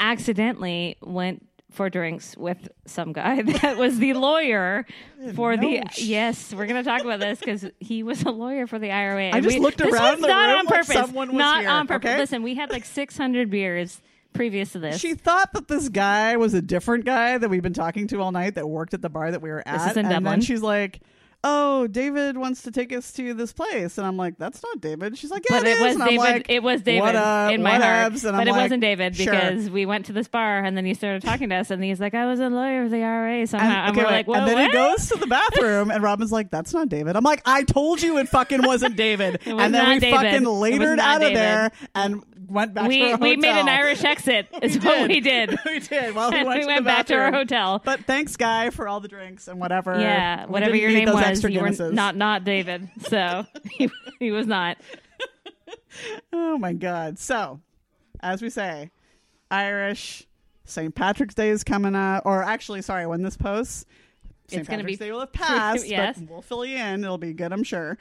accidentally went for drinks with some guy that was the lawyer for the
No sh-
yes. We're gonna talk about this because he was a lawyer for the IRA. and
just
we-
looked
this
around
was
the
not
room
on
like
purpose.
someone was
not
here,
on purpose.
okay?
Listen, we had like six hundred beers previous to this.
She thought that this guy was a different guy that we've been talking to all night that worked at the bar that we were at.
is in
and
Dublin.
then she's like, Oh, David wants to take us to this place. And I'm like, That's not David. She's like, Yeah,
but it was
and I'm
David.
like,
it was David
"What up?
in my
What
heart,
ups?"
but
And I'm
it
like,
wasn't David
"Sure."
because we went to this bar and then he started talking to us and he's like, "I was a lawyer of the IRA somehow,"
And,
Uh-huh, and,
okay,
we're
wait.
like, "What?"
and then
what?"
he goes to the bathroom, and Robin's like, "That's not David." I'm like, "I told you it fucking wasn't David."
was
and then
not
we
David. It
fucking
was
latered out
not
of
David.
there and went back. to
we
our
we made an
hotel.
Irish exit. Is what we did.
we did. Well, we
And
went,
we
to
went
the
back to our
bathroom.
hotel.
But thanks, guy, for all the drinks and whatever.
Yeah,
We
whatever
didn't
your
need
name
those
was,
extra
you were
Guinnesses.
not not David. So he, he was not.
Oh my god! So, as we say, Irish St. Patrick's Day is coming up, or actually, sorry, when this posts, St.
It's gonna
Patrick's
be
Day will have passed.
yes.
but we'll fill you in. It'll be good, I'm sure,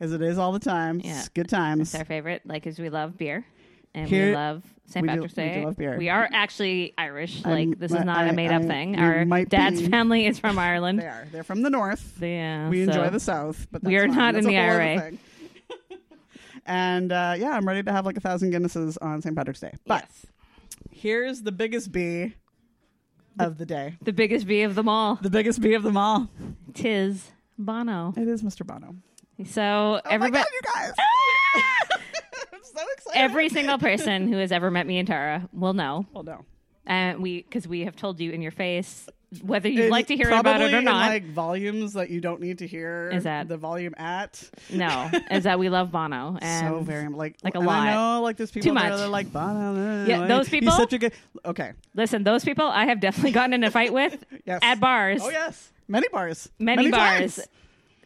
as it is all the time.
Yeah.
It's good times.
It's our favorite, like, is we love beer and we
Here-
love St.
we do-
Patrick's
we do
Day.
love beer.
We are actually Irish.
I'm-
Like, this is not
I-
a made up
I-
thing.
we
Our
might
dad's
be-
family is from
They
Ireland.
are. They're from the north.
Yeah,
we
so-
enjoy the south, but
We
that's
are
fine.
not
That's
in
a
the
whole other
IRA.
thing. and uh, yeah, I'm ready to have like a thousand Guinnesses on St. Patrick's Day. But
Yes.
here's the biggest bee of the day.
the biggest bee of them all,
The biggest bee of them all.
tis Bono.
It is Mr. Bono.
So
Oh
everybody.
my god, you guys! I'm so excited.
Every single person who has ever met me and Tara will know
well, no,
and Uh, we because we have told you in your face whether you'd
And
like to hear
probably
about it or
in,
not.
like volumes that you don't need to hear.
Is that-
the volume at?
no, is that we love Bono and
so very like
like a
and I
lot.
know like there's people that
much.
are like Bono.
Yeah, those people-
He's such a good. Okay.
listen, those people I have definitely gotten in a fight with
Yes.
at bars,
Oh yes, many bars.
many, bars,
times.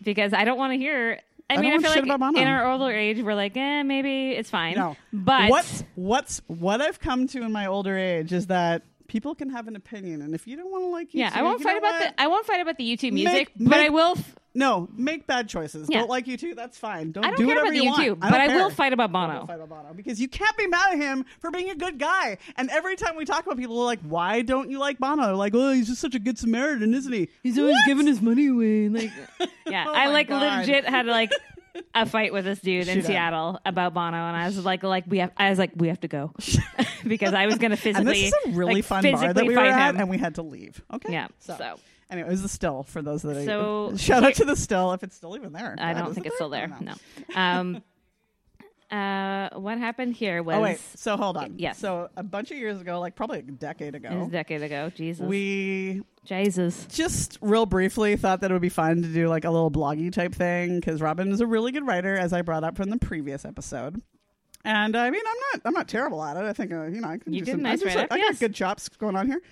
because I don't want to hear. I,
don't
mean, I
want
feel
shit
like
about Bono.
in our older age, we're like, eh, maybe it's fine.
No,
but
what's what's what I've come to in my older age is that people can have an opinion, and if you don't want to like,
yeah,
YouTube,
I won't
you
fight
know
about
what?
the I won't fight about the YouTube music,
Make-
but
make-
I will. F-
No, make bad choices.
Yeah.
Don't like you too. That's fine. Don't,
I don't
do
care
whatever
about the
you want.
YouTube,
I
but
don't
I will
care.
fight about
I will
Bono.
fight about Bono because you can't be mad at him for being a good guy. And every time we talk about people, we're like, "Why don't you like Bono?" They're like, "Oh, he's just such a good Samaritan, isn't he?"
He's always giving his money away. Like, yeah,
Oh
I
my
like
God.
legit had like a fight with this dude in
Shoot him.
Seattle about Bono, and I was like, like we have, I was like, we have to go because I was gonna physically,
And this is a really
like,
fun
physically
bar that we were
fight
at,
him.
and we had to leave. Okay.
yeah, so,
So. Anyway, it was the still for those that.
So-
shout out to the still if it's still even there.
I
God,
don't
is
think
it
it's still
I
there.
don't know.
No. Um, uh, what happened here was
Oh wait. So hold on.
Yeah.
So a bunch of years ago, like probably a decade
it was a
ago,
decade ago. Jesus,
we
Jesus.
just real briefly thought that it would be fun to do like a little bloggy type thing because Robin is a really good writer, as I brought up from the previous episode. And I mean, I'm not I'm not terrible at it. I think uh, you know I can
You
do
did a
some,
nice
I, do some-
write-up,
I
yes.
got good chops going on here.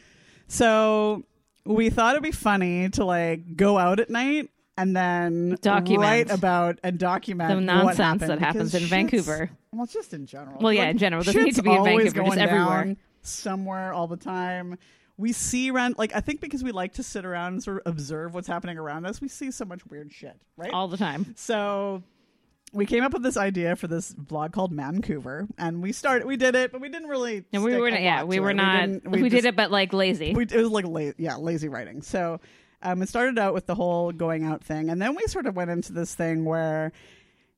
So we thought it'd be funny to like go out at night and then
Document.
write about and document
The
what
nonsense
happened,
that happens
because
in
shit's-
Vancouver.
Well, just in general.
Well, yeah, in general. It doesn't need
shit's
to be in
always
Vancouver, just
going
everywhere.
down somewhere all the time. We see around, like, I think because we like to sit around and sort of observe what's happening around us, we see so much weird shit, right?
all the time.
so we came up with this idea for this vlog called Vancouver, and we started, we did it, but we didn't really.
And we
stick
were,
a
yeah,
lot
we
to
were
it.
not. We,
didn't- we
did it, but like lazy.
we, it was like la- yeah, lazy writing. So um, it started out with the whole going out thing, and then we sort of went into this thing where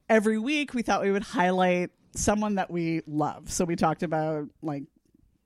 every week we thought we would highlight someone that we love. So we talked about like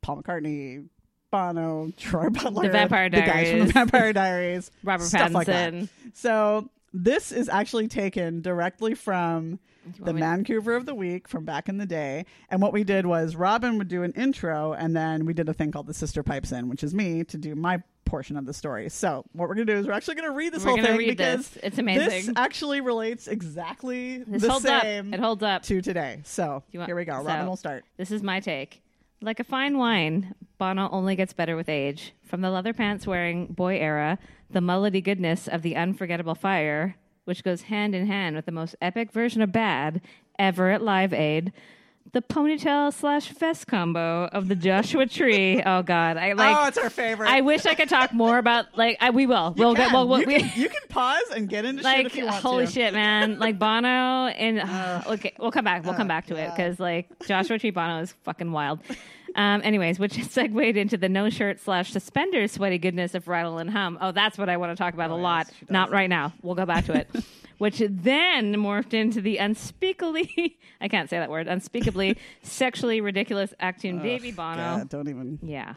Paul McCartney, Bono, Troy Butler,
Vampire
the guys from
Diaries.
the Vampire Diaries,
Robert
stuff like that.
Pattinson.
So this is actually taken directly from the
want me-
Vancouver of the Week from back in the day. And what we did was Robin would do an intro, and then we did a thing called the Sister Pipes In, which is me to do my portion of the story. So what we're gonna do is we're actually gonna read this
We're
whole
gonna
thing
read
because
this. It's amazing.
This actually relates exactly
This
the
holds
same
up. It holds up.
to today. So
You want-
here we go.
so,
Robin will start.
This is my take. Like a fine wine, Bono only gets better with age. From the leather pants wearing boy era, the mullety goodness of the unforgettable fire, which goes hand in hand with the most epic version of bad ever at Live Aid. The ponytail slash vest combo of the Joshua Tree. Oh God, I like.
oh, it's our favorite.
I wish I could talk more about like. I, we will. we'll
Can.
get. Well, we'll
you,
we,
can, you can pause and get into shit
like
if you want
holy
to.
shit man like bono and uh, okay we'll come back we'll come back to it
God.
because like joshua tree bono is fucking wild um anyways which is segued into the no shirt slash suspenders sweaty goodness of rattle and hum oh that's what i want to talk about a lot
yes, she does.
not right now we'll go back to it which then morphed into the unspeakably i can't say that word unspeakably sexually ridiculous acting baby bono
God, don't even.
yeah.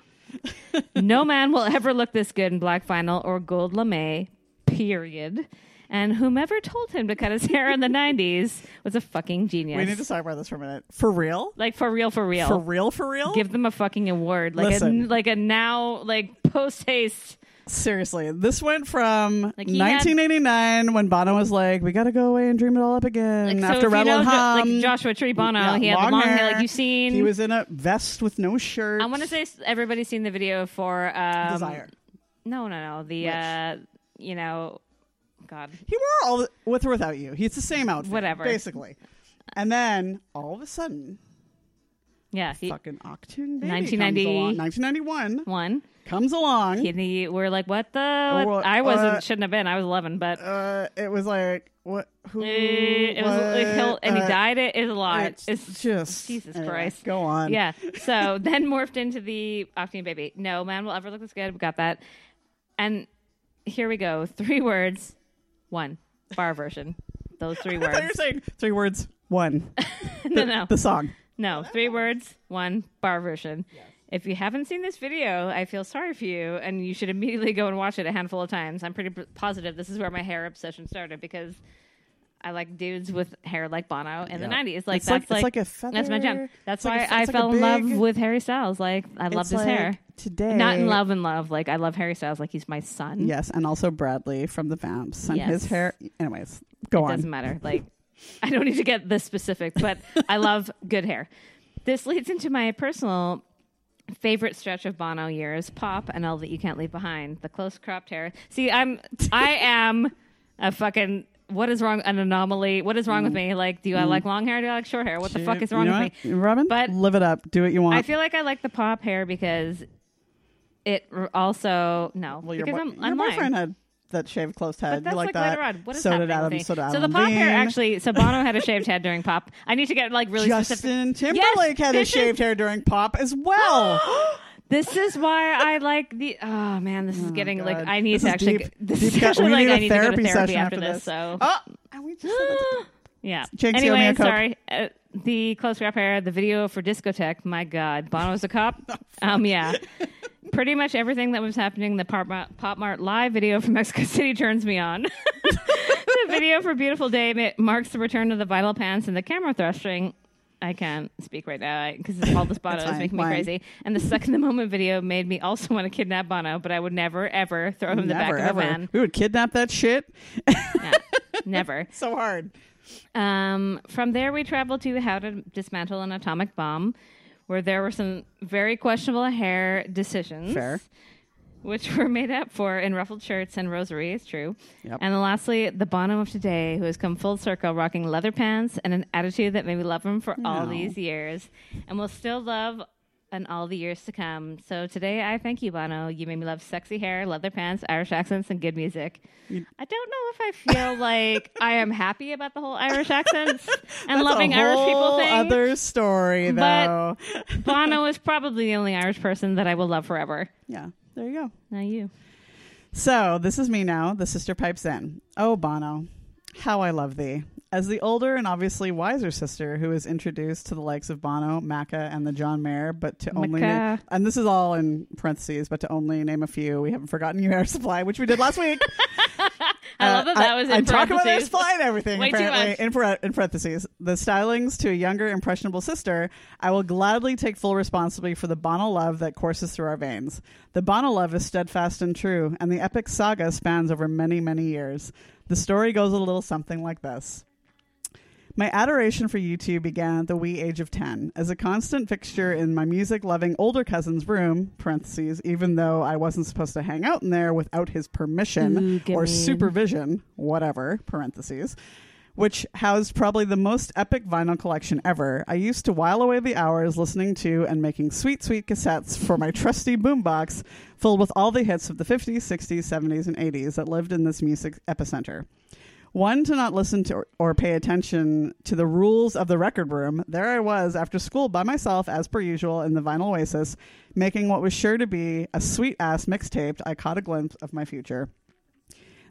no man will ever look this good in black vinyl or gold lame, period. And whomever told him to cut his hair in the 90s was a fucking genius.
We need to talk about this for a minute. For real?
like, for real, for real.
For real? For real?
Give them a fucking award. Like,
Listen.
a, like a now, like, post haste.
Seriously, this went from
Like, he had-
1989 when Bono was like, "We got to go away and dream it all up
Like,
again."
so if
after
you
Rattle and
know Jo-
Hum,
like, Joshua Tree Bono,
Yeah,
he had the long hair, like, you've seen.
He was in a vest with no shirt.
I want to say s- everybody's seen the video for. Um,
desire.
No, no, no. The,
Which?
uh, you know, God.
He wore all the, with or without you. He's the same outfit,
Whatever.
basically. And then all of a sudden,
Yeah. He,
fucking Octoon Baby
1990
comes along. 1991
one.
comes along.
kidney we're like what the
Well,
i wasn't
uh,
shouldn't have been i was 11 but uh,
Uh, it was like what? Who?
Eh, it was
what,
like he'll, and he
uh,
died it is a lot
It's,
it's,
just
jesus
anyway,
christ
Go on.
yeah so then morphed into the octane baby no man will ever look this good we got that and here we go three words one bar version those three
I thought you were
words
saying three words. One.
no no
The song.
No, three words, one bar version. If you haven't seen this video, I feel sorry for you, and you should immediately go and watch it a handful of times. I'm pretty p- positive this is where my hair obsession started because I like dudes with hair like Bono in the
Yeah.
90s. Like
It's like-
that's
it's like a
That's
feather.
my jam. That's
It's like
why
a-
I
it's like a
fell in love
big-
with Harry Styles. Like I loved
It's
his
like
hair.
today.
Not in love, in love. Like I love Harry Styles. Like he's my son.
Yes, and also Bradley from the Vamps and his
Yes.
hair. Anyways, go
Doesn't
on.
matter. Like, I don't need to get this specific, but I love good hair. This leads into my personal favorite stretch of Bono years: "Pop" and "All That You Can't Leave Behind." The close cropped hair. See, I'm, I am a fucking. What is wrong? An anomaly. What is wrong with me? Like, do I like long hair? Do I like short hair? What the fuck is
Mm.
wrong
You know
with me?
what, Robin?
But-
live it up. Do what you want.
I feel like I like the pop hair because it r- also no.
well, your,
because
boy-
I'm,
your
I'm lying.
boyfriend had that shaved closed head.
But that's
you
like,
like, that?
later on. What is
so
happening
did Adam.
with me?
So did Adam.
the pop hair
Levine.
actually. So Bono had a shaved head during pop. I need to get like really specific.
Justin Timberlake had his
this is-
shaved hair during pop as well. Oh,
This is why I like the. Oh man, this is getting like
God.
I need
This
to
is
actually.
deep.
This
Deep
is
cut.
actually
We
like
need
I
a
need to go to
therapy
therapy
session
after
after
this.
this.
So
Oh, and we just said
yeah.
Jinx, you owe me a
anyway,
Coke.
sorry. Uh, the close wrap hair, the video for discotheque. My God, Bono was a cop. um, yeah. Pretty much everything that was happening. The Pop Mart, Pop Mart live video from Mexico City turns me on. the video for Beautiful Day ma- marks the return of the vinyl pants and the camera thrusting. I can't speak right now because all this Bono
That's
is
fine.
making me
Why?
crazy. And the second the moment video made me also want to kidnap Bono, but I would never ever throw him in the
never
back of
ever.
a van.
We would kidnap that shit
Yeah. never.
so hard.
Um, from there, we traveled to how to dismantle an atomic bomb, where there were some very questionable hair decisions,
Fair.
which were made up for in ruffled shirts and rosary. It's true.
Yep.
And then lastly, the Bono of today, who has come full circle, rocking leather pants and an attitude that made me love him for all
No.
these years, and will still love. And all the years to come. So today, I thank you, Bono. You made me love sexy hair, leather pants, Irish accents, and good music. I don't know if I feel like I am happy about the whole Irish accents and
That's
loving
a
Irish people
whole
thing.
Other story
But-
though.
Bono is probably the only Irish person that I will love forever.
Yeah, there you go.
Now you.
So this is me now. The sister pipes in. Oh, Bono, how I love thee. As the older and obviously wiser sister who is introduced to the likes of Bono, Macca, and the John Mayer, but to only
Macca.
na- and this is all in parentheses, but to only name a few. We haven't forgotten you, Air Supply, which we did last week.
I love that that was in
Uh, I talk about their
parentheses.
supply and everything.
Way too
apparently,
much.
in, par- in parentheses, the stylings to a younger impressionable sister. I will gladly take full responsibility for the Bonnell love that courses through our veins. The Bonnell love is steadfast and true, and the epic saga spans over many, many years. The story goes a little something like this. My adoration for you two began at the wee age of 10 as a constant fixture in my music loving older cousin's room, parentheses, even though I wasn't supposed to hang out in there without his
Ooh,
permission
get
or
me in.
supervision, whatever, parentheses, which housed probably the most epic vinyl collection ever. I used to while away the hours listening to and making sweet, sweet cassettes for my trusty boombox filled with all the hits of the 50s, 60s, 70s, and 80s that lived in this music epicenter. One, to not listen to or, or pay attention to the rules of the record room. There I was after school by myself, as per usual, in the vinyl oasis, making what was sure to be a sweet ass mixtape. I caught a glimpse of my future.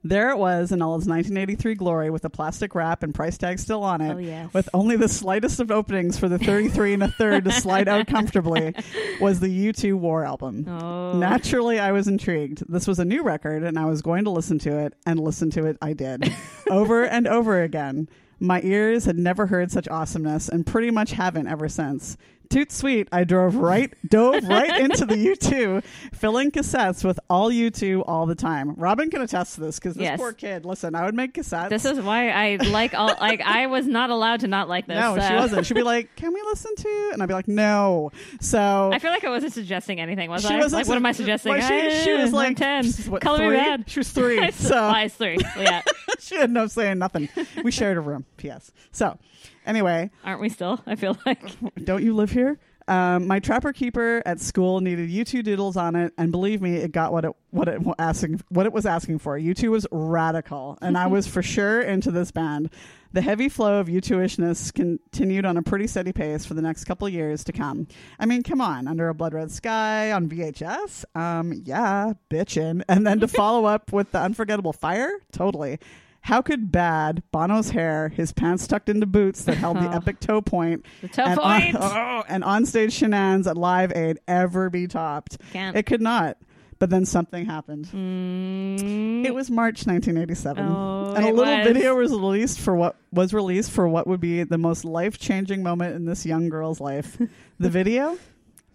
There it was in all its 1983 glory with a plastic wrap and price tag still on it,
Oh, yes.
with only the slightest of openings for the 33 and a third to slide out comfortably, was the U2 War album.
Oh,
Naturally, I was intrigued. This was a new record, and I was going to listen to it, and listen to it I did over and over again. My ears had never heard such awesomeness, and pretty much haven't ever since. Toot sweet, I drove right, dove right into the U2, filling cassettes with all U2 all the time. Robin can attest to this because this
Yes.
poor kid, listen, I would make cassettes.
this is why I like all. Like I was not allowed to not like this. uh,
no, she
so.
wasn't. She'd be like, "Can we listen to?" And I'd be like, "No." So
I feel like I wasn't suggesting anything, was
she
I?
wasn't
Like, what am I
su-
suggesting?
Well, she, she
Ah,
was
I'm
like
ten.
she was, what,
Color
three?
me bad.
She was three, so
Lies three. Yeah,
she had no say in nothing. We shared a room. P.S. So, anyway,
aren't we still? I feel like
don't you live here? Um, my trapper keeper at school needed U2 doodles on it, and believe me, it got what it what it wa- asking what it was asking for. U2 was radical, and I was for sure into this band. The heavy flow of U2ishness continued on a pretty steady pace for the next couple of years to come. I mean, come on, under a blood red sky on VHS, um, yeah, bitchin', and then to follow up with the unforgettable fire, totally. How could bad Bono's hair, his pants tucked into boots that held the
Oh.
epic toe point,
the toe
and
point.
On, oh, and onstage shenanigans at Live Aid ever be topped.
Can't.
It could not. But then something happened.
Mm,
It was March 1987,
Oh,
and a
it
little
was.
video was released for what was released for what would be the most life-changing moment in this young girl's life. the video,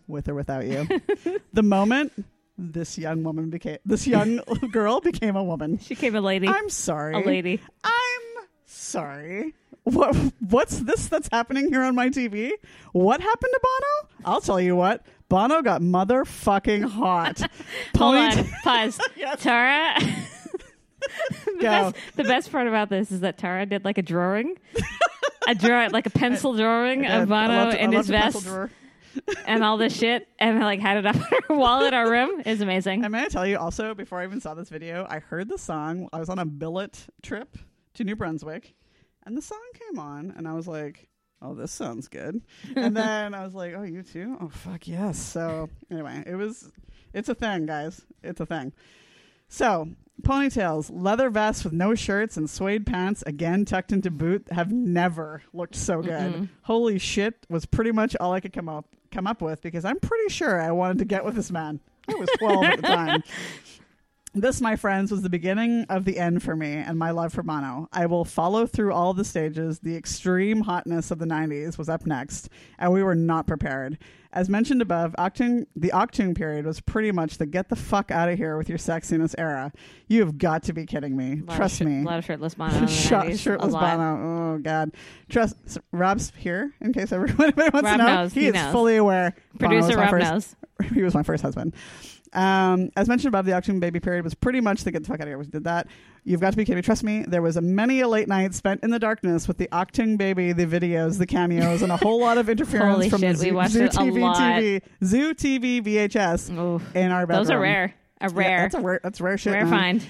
with or without you, the moment this young woman became this young girl became a woman.
she came a lady.
I'm sorry,
a lady.
I'm sorry. What what's this that's happening here on my TV? What happened to Bono? I'll tell you what. Bono got motherfucking hot.
Hold
Pony-
on. Pause. Tara. the,
Go.
best, the best part about this is that Tara did like a drawing. A draw like a pencil drawing
Yeah, I
of Bono
loved- I
in
loved
his
the pencil
vest
drawer.
and all this shit, and like had it up her wall in our room. Is amazing.
I'm gonna tell you also before I even saw this video, I heard the song. I was on a billet trip to New Brunswick, and the song came on, and I was like, "Oh, this sounds good." And then I was like, "Oh, you too? Oh, fuck yes!" So anyway, it was. It's a thing, guys. It's a thing. So ponytails, leather vests with no shirts, and suede pants again tucked into boot have never looked so good. Holy shit was pretty much all I could come up come up with because I'm pretty sure I wanted to get with this man. I was 12 at the time. This, my friends, was the beginning of the end for me and my love for mono. I will follow through all the stages. The extreme hotness of the 90s was up next, and we were not prepared. As mentioned above, Octune, the Octune period was pretty much the get the fuck out of here with your sexiness era. You have got to be kidding me.
Lot of
Trust
shit-
me.
A lot of shirtless Bono. in the
Shot,
90s,
shirtless
a lot.
Bono. Oh God. Trust Rob's here in case everyone anybody wants
Rob
to know.
knows.
He,
He
is
knows.
fully aware. Bono was
Producer
my
Rob
first-
knows.
he was my first husband. Um, as mentioned above, the auction baby period was pretty much the get the fuck out of here. We did that. You've got to be kidding me. Trust me. There was a many a late night spent in the darkness with the Octung baby, the videos, the cameos, and a whole lot of interference
Holy
from the
shit,
Zoo,
we watched
Zoo
it a
TV,
lot.
TV, Zoo TV VHS
Oof.
in our bedroom.
Those are rare. A
Yeah,
rare.
that's a rare. That's rare shit.
rare
man.
find.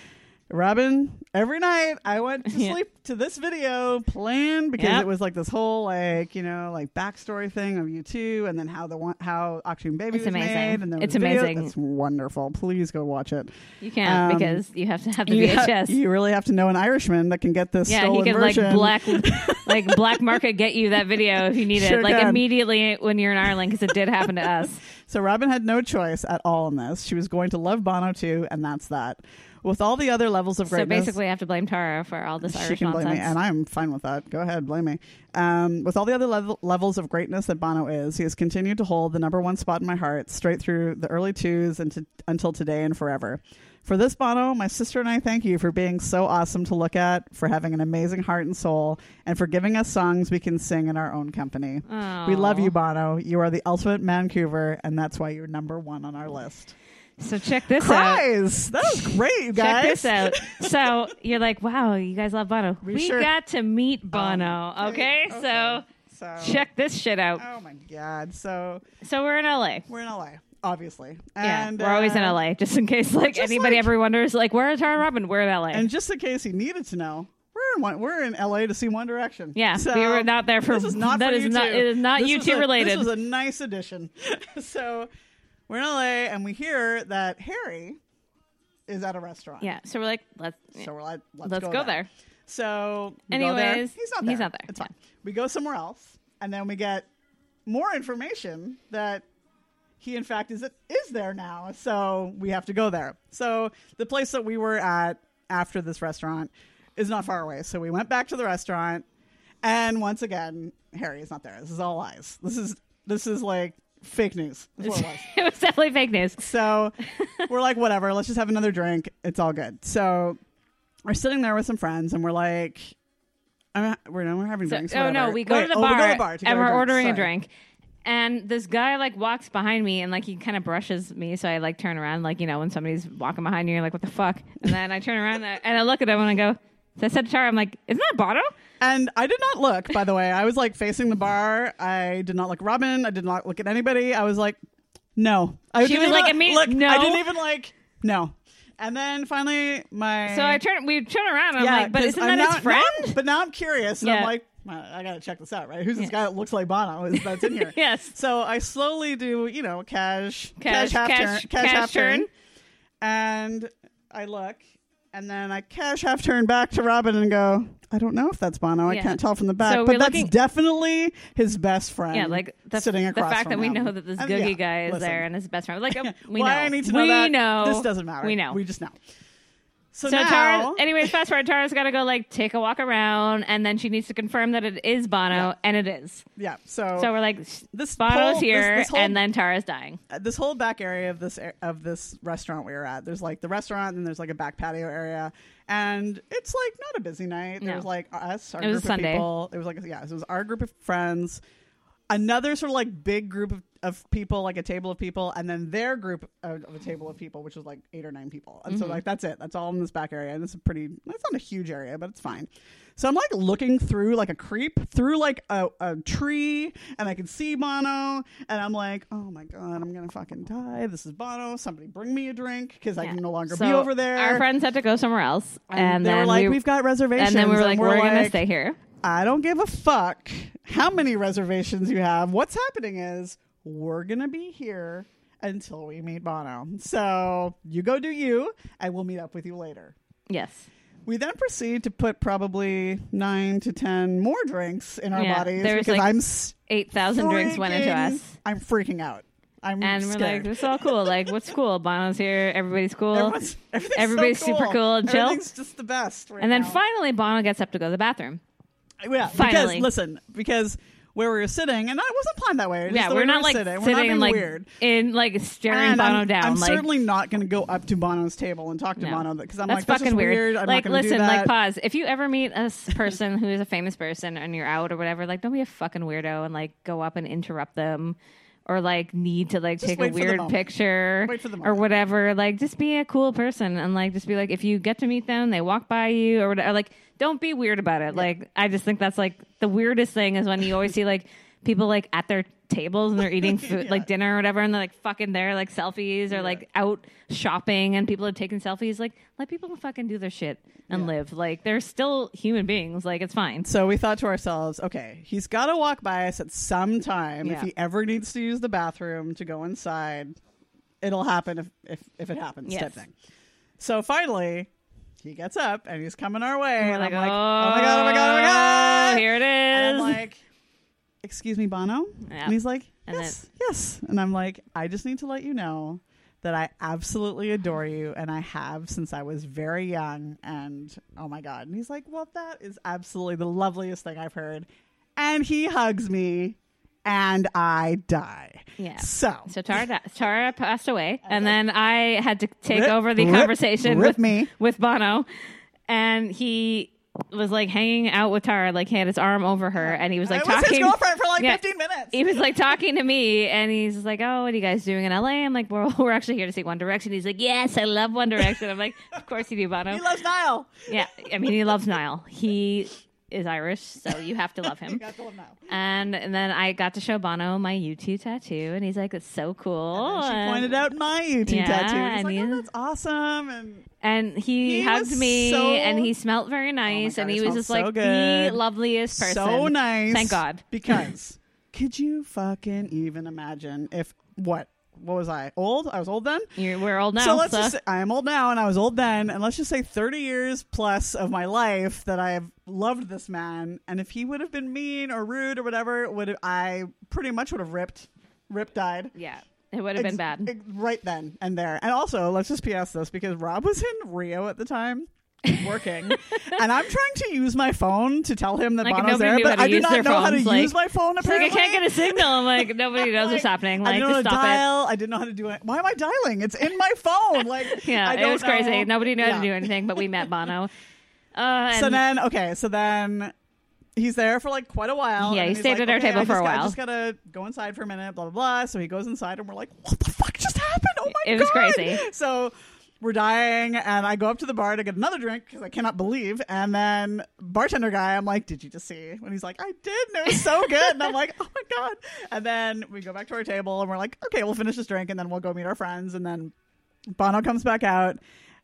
Robin, every night I went to
Yeah.
sleep to this video playing because
Yep.
it was like this whole like you know like backstory thing of you two, and then how the one how Octane Baby
It's
was
amazing.
made, and there was
It's
a video.
amazing.
It's wonderful. Please go watch it.
You can't
Um,
because you have to have the
you, ha-
VHS.
you really have to know an Irishman that can get this
yeah, he
stolen
could
version.
like black, like black market get you that video if you need it,
Sure
like
can.
immediately when you're in Ireland because it did happen to us.
So Robin had no choice at all in this. She was going to love Bono too, and that's that. with all the other levels of
So
greatness.
basically, I have to blame Tara for all this
she
Irish
can blame
nonsense.
me, and I'm fine with that. Go ahead, blame me. Um, with all the other level, levels of greatness that Bono is, he has continued to hold the number one spot in my heart straight through the early twos and to, until today and forever. For this, Bono, my sister and I thank you for being so awesome to look at, for having an amazing heart and soul, and for giving us songs we can sing in our own company. We love you, Bono. You are the ultimate Vancouver, and that's why you're number one on our list.
so check this out.
Guys, that was great, you guys.
Check this out. So you're like, wow, you guys love Bono. We,
sure-
got to meet Bono.
Um,
okay?
So,
so check this shit out.
Oh my god! So
So we're in LA.
we're in LA, obviously.
Yeah,
And,
we're always in
uh,
LA, just in case like
just
anybody
like-
ever wonders, like where is Tara Robin? We're in LA.
And just in case you needed to know, we're in one, we're in LA to see One Direction.
yeah,
So,
we were not there for
This is not
that
for
is
you
not
two.
it is not
This
you
was
two
a-
related.
This was a nice addition. so we're in LA, and we hear that Harry is at a restaurant.
yeah, so we're like, let's
So we're like, let's,
let's
go,
go,
there.
there.
So, we go there.
Anyways,
he's not there.
he's not there.
It's fine. We go somewhere else, and then we get more information that he, in fact, is is there now. So we have to go there. So the place that we were at after this restaurant is not far away. So we went back to the restaurant, and once again, Harry is not there. This is all lies. This is this is like fake news. That's what it was.
it was definitely fake news.
So we're like, whatever, let's just have another drink. It's all good. So we're sitting there with some friends and we're like, I'm, we're, we're having
So-
drinks.
oh no,
whatever.
we go,
Wait,
to the
oh,
bar,
we go to the bar to
and
get
we're
our
ordering
drinks.
a
Sorry.
drink. And this guy like walks behind me and like he kind of brushes me, so I like turn around, like you know when somebody's walking behind you, you're like what the fuck, and then I turn around and I, and I look at him and I go, so I said to Tara, I'm like, isn't that Bono?
And I did not look, by the way. I was like facing the bar. I did not look at Robin. I did not look at anybody. I was like, no. I
She
didn't
was
even,
like, immediate-
look, I
no.
didn't even like, no. And then finally, my.
So I turn, we turn around, and I'm like, but
'cause
isn't
I'm
that
now,
his friend?
now I'm- but now I'm curious, and I'm
Yeah.
like, "Well, I gotta check this out, right? Who's this guy that looks like Bono? Is that's in here?
Yes.
So I slowly do, you know, cash, cash,
Cash-
half
cash-
turn, cash,
cash
half turn.
turn.
and I look, and then I cash half turn back to Robin and go, I don't know if that's Bono. I
Yeah.
can't tell from the back,
So
but
we're
that's
looking-
definitely his best friend.
Yeah, like the,
sitting
the
across
fact
from
that we
him.
know that this
And,
Googie
yeah,
guy is
listen.
there and his best friend. Like um, we
Why
know.
I need to know
we
that?
know.
This doesn't matter.
We know.
We just know. So,
so
now,
Tara, anyways, fast forward. Tara's got to go like take a walk around, and then she needs to confirm that it is Bono, and it is.
yeah.
So we're like,
This
this Bono's
whole-
here,
this- this whole-
and then Tara's dying.
uh, this whole back area of this of this restaurant we were at. There's like the restaurant, and there's like a back patio area, and it's like not a busy night. There
No.
was like us, our
It was
group of
Sunday.
people. It was like yeah, it was our group of friends, another sort of like big group of, of people, like a table of people, and then their group of, of a table of people, which was like eight or nine people. And
Mm-hmm.
so like that's it. That's all in this back area, and it's a pretty. It's not a huge area, but it's fine. So I'm like looking through like a creep through like a, a tree, and I can see Bono, and I'm like, oh my god, I'm gonna fucking die. This is Bono. Somebody bring me a drink because I
Yeah.
can no longer
So
be over there.
Our friends had to go somewhere else,
and,
and,
they
then
were like,
we,
we've got reservations,
and then we were like, we're gonna
like,
stay here.
I don't give a fuck how many reservations you have. What's happening is we're going to be here until we meet Bono. So you go do you, and we'll meet up with you later.
Yes.
We then proceed to put probably nine to 10 more drinks in our
Yeah,
bodies
there was
because
like
I'm s-
Eight thousand drinks went into
freaking-
us.
I'm freaking out. I'm
And we're like,
scared.
this is all cool. Like, what's cool? Bono's here. Everybody's cool.
Everyone's, everything's so
everybody's super cool and chill.
Everything's just the best. Right
and then
now.
finally, Bono gets up to go to the bathroom.
Yeah,
Finally.
because listen, because where we were sitting, and I wasn't planned that way. just
yeah,
the
we're
way we
not
were
like
sitting,
sitting,
we're not being
like
weird.
in like staring
And
Bono
I'm,
down.
I'm
like,
certainly not going to go up to Bono's table and talk to
no.
Bono because I'm
that's
like, that's
fucking
just weird. I'm
like,
not going to
listen,
do that.
like, pause. If you ever meet a s- person who is a famous person and you're out or whatever, like, don't be a fucking weirdo and like go up and interrupt them. Or like need to like take a
wait for the
weird
moment.
picture
Wait for the
or
moment.
whatever. Like just be a cool person and like just be like if you get to meet them, they walk by you or whatever. Like don't be weird about it. Like I just think that's like the weirdest thing is when you always see like people like at their tables and they're eating food like dinner or whatever and they're like fucking there like selfies or like out shopping and people are taking selfies like let people fucking do their shit and live like they're still human beings like it's fine
so we thought to ourselves, okay, he's got to walk by us at some time if
Yeah.
he ever needs to use the bathroom to go inside. It'll happen if if, if it happens. Type
Yes.
thing. So finally, he gets up and he's coming our way,
We're
and I'm like, oh my god, oh my god, oh my god,
"Oh, here it
And
is
I'm like, excuse me, Bono?
Yeah.
And he's like,
And
yes, yes. And I'm like, I just need to let you know that I absolutely adore you and I have since I was very young. And oh my God. And he's like, Well, that is absolutely the loveliest thing I've heard. And he hugs me and I die.
Yeah.
So,
So Tara, di- Tara passed away, and then I had to take
Rip,
over the
rip,
conversation
rip
with
me.
with Bono, and he was like hanging out with Tara, like he had his arm over her, and he was like
I was his
talking.
girlfriend for like
Yeah.
15 minutes.
he was like talking to me, and he's like, "Oh, what are you guys doing in LA?" I'm like, "Well, we're actually here to see One Direction." He's like, "Yes, I love One Direction." I'm like, "Of course you do, Bono."
he loves Niall.
yeah, I mean, he loves Nile. He is Irish, so you have to love him.
You got to love Niall.
And, and then I got to show Bono my U2 tattoo, and he's like, "It's so cool."
And she
And-
pointed out my UT
Yeah,
tattoo. And he's like,
and he-
oh, that's awesome. And
and he,
He
hugged
was
me
so- Oh
and he smelled very nice
God,
and
he
he was
smelled
just
so
like the
good.
loveliest person
so nice.
thank god
Because could you fucking even imagine if what? What was I? Old? I was old then?
You're, we're old now
so let's just say, I am old now and I was old then, and let's just say 30 years plus of my life that I have loved this man. And if he would have been mean or rude or whatever, would I pretty much would have ripped, ripped died.
yeah it would have
Ex-
been bad
ex- right then and there. And also, let's just PS this because Rob was in Rio at the time working, and I'm trying to use my phone to tell him that
Like,
Bono's
nobody
there,
knew how
but
to
I do
use
not
their
know how to
phones, like-
use my phone.
it's like
Apparently,
i can't get a signal i'm like nobody knows what's
Like,
happening
I
like
don't know
just
how to
stop
dial. I didn't know how to do it. Why am I dialing? It's in my phone. Like,
it yeah
I
it
don't
was crazy
know.
nobody knew how
Yeah.
to do anything but we met bono uh and
So then, okay, so then he's there for like quite a while.
Yeah,
and
he
he's
stayed
like,
at our
"Okay,
table
I
for a
just gotta-
while."
just gotta go inside for a minute, blah blah blah. So he goes inside, and we're like, "What the fuck just happened? Oh my
It was
God."
crazy.
So we're dying, and I go up to the bar to get another drink because I cannot believe. And then bartender guy, I'm like, "Did you just see?" And he's like, "I did, and it was so good." and I'm like, "Oh my god!" And then we go back to our table, and we're like, "Okay, we'll finish this drink, and then we'll go meet our friends." And then Bono comes back out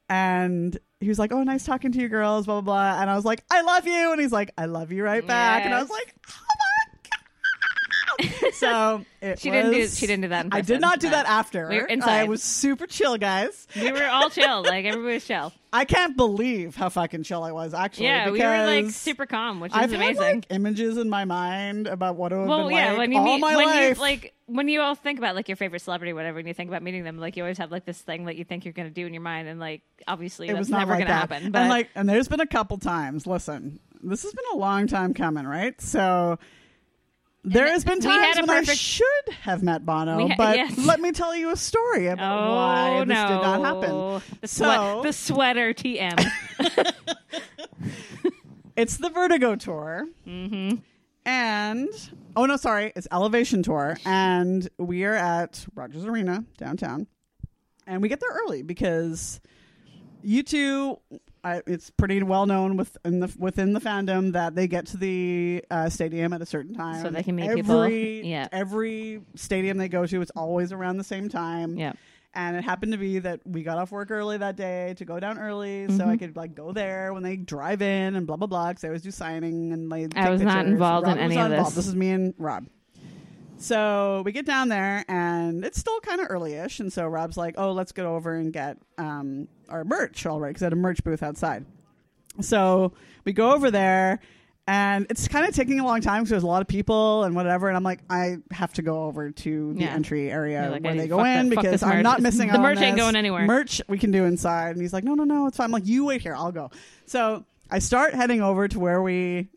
and he was like, Oh, nice talking to you girls, blah, blah, blah. And I was like, I love you. And he's like, I love you right back. And I was
Yes.
like, Oh my God. So it
she didn't do
was-
she didn't do that in
I
person,
did not do
but
that after.
we were
I
inside.
was super chill, guys.
we were all chill like everybody was chill
I can't believe how fucking chill I was actually.
yeah
because
we were like super calm which is
I've
amazing
had like images in my mind about what it would have
Well,
been
yeah,
like
when you
all
meet,
my
when
life.
you like, when you all think about like your favorite celebrity, or whatever, when you think about meeting them, like you always have like this thing that you think you're going to do in your mind, and like obviously
it
that's
was not
never
like
going to
that.
happen. But
and like, and there's been a couple times. Listen, this has been a long time coming, right? So there has been
we had
times
a
when I
perfect-
should have met Bono,
We ha-
but
yes.
let me tell you a story about
oh
why
no,
this did not happen.
The,
So-
sweat, the sweater TM.
It's the Vertigo tour,
Mm-hmm.
and oh no, sorry, it's Elevation tour, and we are at Rogers Arena downtown, and we get there early because you two I, it's pretty well known within the within the fandom that they get to the uh, stadium at a certain time
So they can meet
every,
people. Yeah.
every stadium they go to it's always around the same time
yeah,
and it happened to be that we got off work early that day to go down early so
Mm-hmm.
i could like go there when they drive in and blah blah blah because i always do signing and like
I
take
was not
pictures.
involved in
Rob was
any
not
of this.
involved. this is me and rob so we get down there and it's still kind of early-ish and so rob's like oh let's get over and get um, our merch all right because i had a merch booth outside so we go over there and it's kind of taking a long time because there's a lot of people and whatever. And I'm like, I have to go over to the
Yeah.
entry area
You're like,
where
I-
they go
fuck
in
that- fuck
because
this
I'm
merch.
not missing
The
out on
merch ain't
this.
going anywhere.
Merch we can do inside. And he's like, no, no, no, it's fine. I'm like, you wait here. I'll go. So I start heading over to where we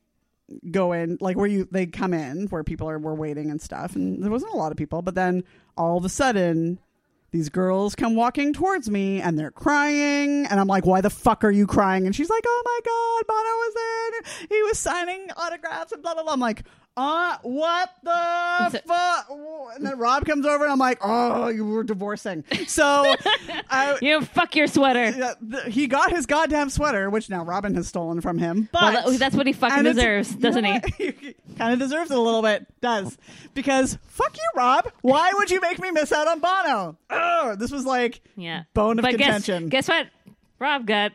go in, like where you they come in, where people are were waiting and stuff. And there wasn't a lot of people, but then all of a sudden. These girls come walking towards me and they're crying. And I'm like, why the fuck are you crying? And she's like, oh my God, Bono was in. He was signing autographs and blah, blah, blah. I'm like, uh, what the
So-
fuck? And then Rob comes over and I'm like, oh, you were divorcing. So I,
you know, fuck your sweater.
uh, th- he got his goddamn sweater, which now Robin has stolen from him. But
Well, that- that's what he fucking
and it's-
deserves,
you know
doesn't he?
what? he kind of deserves it a little bit. Does because fuck you, Rob. Why would you make me miss out on Bono? Oh, this was like
Yeah,
bone of
but
contention.
Guess, guess what? Rob got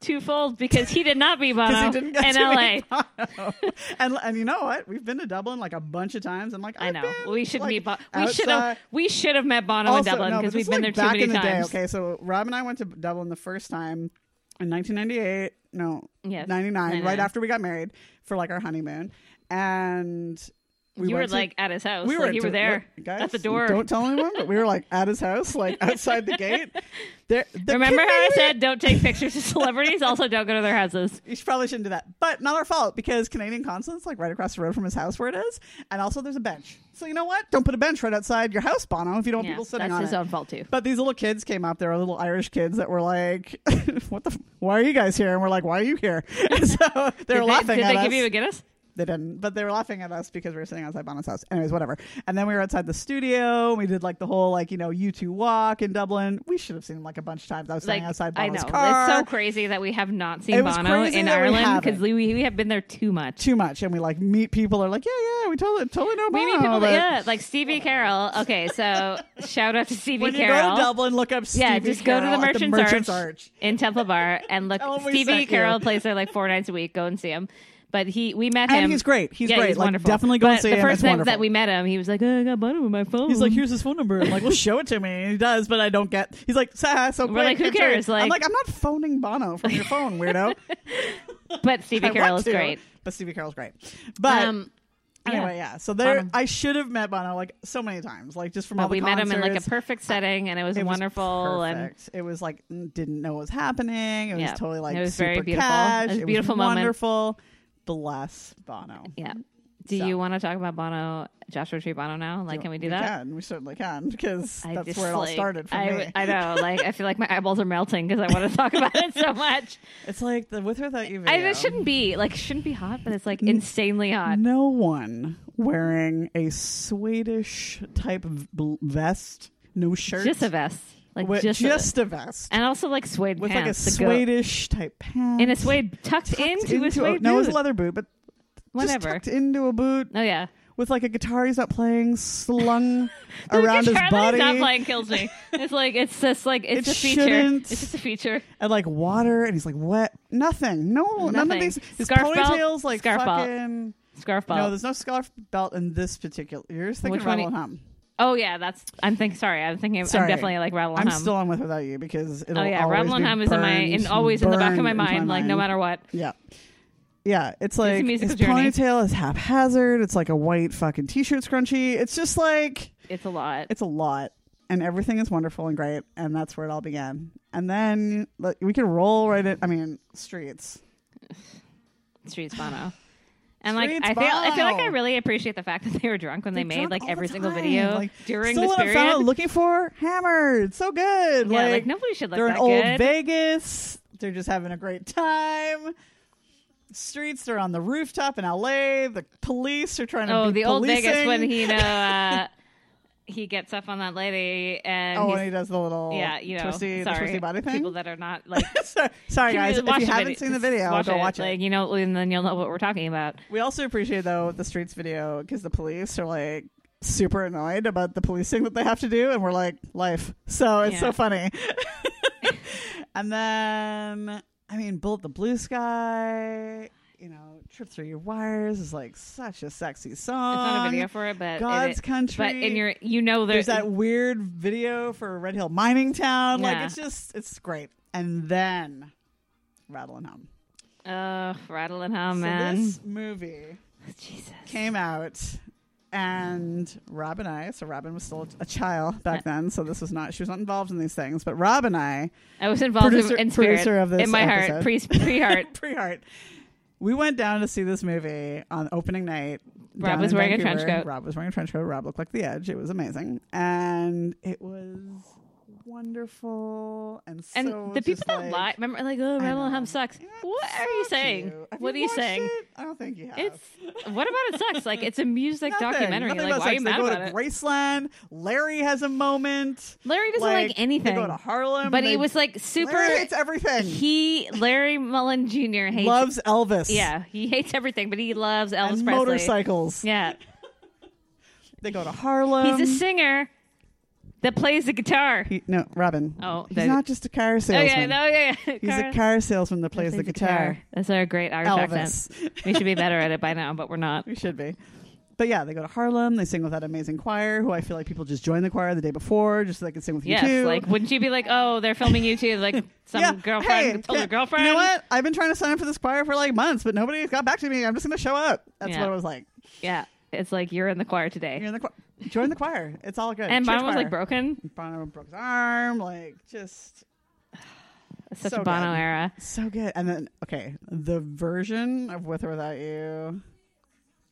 twofold because he did not be Bono
Because he didn't get
in
to
LA.
meet Bono. and and you know what? We've been to Dublin like a bunch of times. I'm like,
I
I've
know
been,
we should
like,
meet. Bo- we should have.
outside.
We should have met Bono in
Also,
Dublin
no,
because
but
we've
this
been there
is,
too
like, back
many
in the day.
times.
Okay, so Rob and I went to Dublin the first time in 1998. No,
Yes,
99,
99.
right after we got married for like our honeymoon. And we
you were
went to-
like at his house.
we
like,
were
you
to-
were there
look, guys,
at the door.
Don't tell anyone, but we were like at his house, like outside the gate. There, the
Remember how I
Canadian-
said don't take pictures of celebrities? Also, don't go to their houses.
You should- probably shouldn't do that, but not our fault because Canadian consulate's like right across the road from his house where it is, and also there's a bench. So you know what? Don't put a bench right outside your house, Bono, if you don't
Yeah,
want people sitting
That's
on
his
it.
own fault too.
But these little kids came up. There were little Irish kids that were like, "What the? F- why are you guys here?" And we're like, "Why are you here?" And so they were
did
laughing
they, did
at
they
us.
give you a Guinness?
They didn't, but they were laughing at us because we were sitting outside Bono's house. Anyways, whatever. And then we were outside the studio. and We did like the whole like you know U two walk in Dublin. We should have seen him like a bunch of times. I was sitting outside
I
Bono's
know
car.
it's so crazy that we have not seen
It was
Bono
crazy
in
that we
Ireland
haven't.
because we, we have been there too much.
too much, and we like meet people. Are like, yeah, yeah, we totally totally know
We
Bono.
mean people,
but
yeah, like Stevie Carroll. Okay, so shout out to Stevie
when you
Carroll.
go to Dublin, look up. Stevie
yeah, just go to
Carroll
the
at
Merchant's,
Merchant's
Arch,
Arch.
in Temple Bar and look.
Tell 'em we sent
Stevie
you.
Carroll plays there like four nights a week. Go and see him. But he, we met him.
And he's great. He's
yeah,
great.
He's
Like,
wonderful.
definitely go
but
and see
the
him.
first
It's
time
wonderful.
that we Hmm. met him, he was like, "Oh, I got Bono with my phone."
He's like, here's his phone number. I'm like, well, show it to me. And he does, but I don't get. He's like, "Sah, so
We're like,
quick, can't
who
show you."
cares?
I'm
Like-
like, I'm not phoning Bono from your phone, weirdo.
but Stevie
I
Carroll
want
is
to,
great.
but Stevie Carroll's great. But
um,
anyway, yeah. So there,
Bono.
I should have met Bono like so many times, like just from all
But
the
we met him in like a
concerts.
perfect setting, and it was
It was
wonderful. and
perfect. it was like mm, didn't know what was happening. It was
Yeah.
totally like
It was
super
very beautiful.
Cash.
It was a beautiful moment.
Wonderful. Bless Bono.
Yeah. Do
So-
you want to talk about Bono, Joshua Tree Bono now? Like, can we do
we
that?
Can. We certainly can because
I
that's
just,
where it all
like-
started for
I,
me.
I know. Like, I feel like my eyeballs are melting because I want to talk about it so much.
it's like the with or without you
I,
video.
it shouldn't be like it shouldn't be hot, but it's like insanely hot.
no one wearing a Swedish type of bl- vest, no shirt,
Just a vest, like
with,
just,
just,
a-
a vest
and also like suede
with like a
pants. to go-
Swedish type pants
in a suede tucked, into, a suede
no, it was a
boot.
leather boot, but just
Whatever.
tucked into a boot
Oh yeah,
with like a guitar he's not playing slung around his
Guitar that
body
he's not playing kills me. It's like it's just like it's
It
a feature.
shouldn't.
It's just a feature.
and like water and he's like wet nothing no none of
Nothing.
these his
Scarf belt?
ponytails like
Scarf belt.
fucking
Scarf ball.
no there's no scarf belt in this particular you're just thinking
Which one
rattle and
you-
hum
Oh yeah, that's. I'm thinking. Sorry, I'm thinking. I'm
Sorry.
definitely like rattle and
I'm
hum.
still on with without you because it'll
oh yeah,
always
rattle and
be
hum is in my
burned-
and always in the back of my
burned into
mind. Like no
mind.
matter what.
yeah yeah it's like
musical
his
journey.
ponytail is haphazard it's like a white fucking t-shirt scrunchie it's just like
It's a lot.
it's a lot and everything is wonderful and great and that's where it all began and then like, we can roll right in i mean streets
Streets Bono. And like
Streets
I feel, I feel like
Bono.
I really appreciate the fact that they were drunk when they,
They're
made
drunk
like
all
every
the
single
time.
video
Like,
during
still
this
what I found out
period.
looking for hammered so good
Yeah,
like,
like, nobody should look
they're
that
in old
good.
vegas they're just having a great time streets they're on the rooftop in la the police are trying to
oh,
be
the old Vegas
policing.
when he you know uh, he gets up on that lady and
oh
he's-
and he does the little
yeah, you know,
twisty, the
sorry,
twisty body thing
people that are not like.
So- sorry guys if
watch
you
the
haven't
video-
seen the
just
video
watch
go watch it
Like you know, and then you'll know what we're talking about.
We also appreciate though the streets video because the police are like super annoyed about the policing that they have to do, and we're like life. So it's
Yeah.
so funny. and then I mean, bullet the blue sky. You know, trip through your wires is like such a sexy song.
It's not a video for it, but it-
God's country.
But in your, you know,
there's
there's,
that weird video for Red Hill Mining Town. Like
Yeah.
it's just it's great. And then rattle and hum.
uh, rattle and hum,
So
man.
this movie
Jesus.
came out and Rob and I, so Robin was still a child back then, so this was not, she was not involved in these things, but Rob and I,
I was involved
Producer-
in, in spirit,
producer of this
in my
episode.
heart, pre pre heart.
pre heart, we went down to see this movie on opening night.
Rob
down
was
in
wearing a
Vancouver.
trench coat.
Rob was wearing a trench coat. Rob looked like the edge. It was amazing. And it was wonderful and so
and the
just
people that
like,
lie, remember, like, oh, rattle and
know.
hum sucks.
"Eh,
What are you
fuck
saying?
Have you
What are you
watched
saying?
it? I don't think you have.
It's what about it sucks? Like it's a music
Nothing.
documentary.
Nothing
like
about
why are you
sex.
mad
they go
about
to
it?
Graceland. Larry has a moment.
Larry doesn't like, anything.
They go to Harlem.
but
they,
he was like super.
Larry hates everything.
he Larry Mullen Jr. hates.
loves Elvis.
yeah, he hates everything, but he loves Elvis
and
Presley.
motorcycles.
Yeah,
They go to Harlem.
he's a singer that plays the guitar.
He- no, Robin.
Oh,
he's
that-
not just a car
Oh
salesman.
yeah, no, yeah, yeah.
He's
Car-
a car salesman that plays,
plays
the guitar.
That's our great Irish accent.
Elvis.
We should be better at it by now, but we're not.
We should be. But yeah, they go to Harlem. They sing with that amazing choir, who I feel like people just joined the choir the day before, just so they could sing with
Yes,
you too.
like wouldn't you be like, oh, they're filming you too? Like some girlfriend
hey,
told
yeah,
her girlfriend.
You know what? I've been trying to sign up for this choir for like months, but nobody's got back to me. I'm just going to show up. That's
Yeah.
what it was like.
Yeah, It's like you're in the choir today.
You're in the choir. Join the choir. It's all good.
and
Church
Bono was like
choir.
broken.
Bono broke his arm. Like just
It's such
So
a Bono
good.
era.
so good. And then okay, the version of With or Without You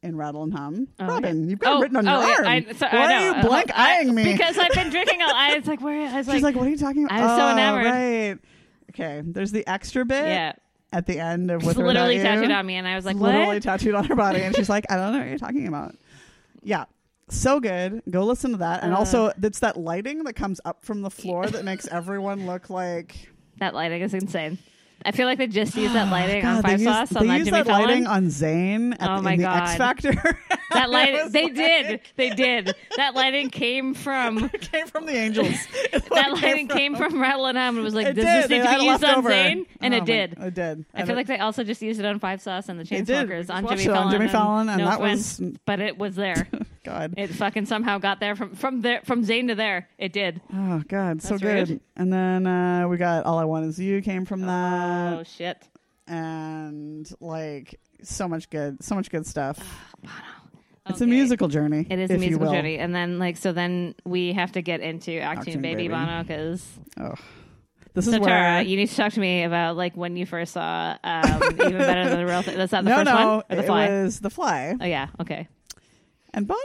in Rattle and Hum.
Oh,
Robin, you've got it written on your
oh, yeah,
arm.
I, so,
Why
I know.
are you blank eyeing me?
Because I've been drinking. All, I was like, where? I was
She's
like,
like, "What are you talking about?"
I was so
Oh,
enamored.
Right. Okay. There's the extra bit
yeah,
at the end of
it's
With or Without
literally
You.
tattooed on me, and I was like, what?
literally tattooed on her body, and she's like, "I don't know what you're talking about." Yeah, so good. Go listen to that, and
Uh.
also it's that lighting that comes up from the floor that makes everyone look like
That lighting is insane. I feel like they just used that lighting on
God, they
Five
used-
Sauce on
they
that
used
Jimmy
that lighting
Fallon.
on Zayn at
Oh
the, in
my
the X
God.
Factor.
that
I
light,
was
they
like-
did, they did. That lighting came from
It came from the angels. It, like,
that lighting came from Rattle and Hum and was like,
It
does
did.
this
They
need to
had
be
it
used
left
on
over.
Zane? And
Oh
it
my-
did.
It did.
I feel like they also just used it on Five Sauce and the
They did. We
Chainsmokers
just
on
watched
Jimmy
it on
Fallon.
Jimmy Fallon, and
no
that
offense,
was-
but it was there.
God.
It fucking somehow got there from from there from Zane to there. It did.
Oh God, so
That's weird.
good. And then uh, we got "All I Want Is You" came from that.
oh shit.
and like so much good, so much good stuff. It's a
Okay.
musical journey.
It is
if
a
you
musical
will.
journey, and then like so, then we have to get into Acting
Octune
Baby
Baby.
Bono because
Oh, this is
so Tara,
where
you need to talk to me about like when you first saw um, even better than the real thing. That's not the
no,
first
no,
one or the
it
fly.
was the fly,
Oh yeah, okay.
and Bono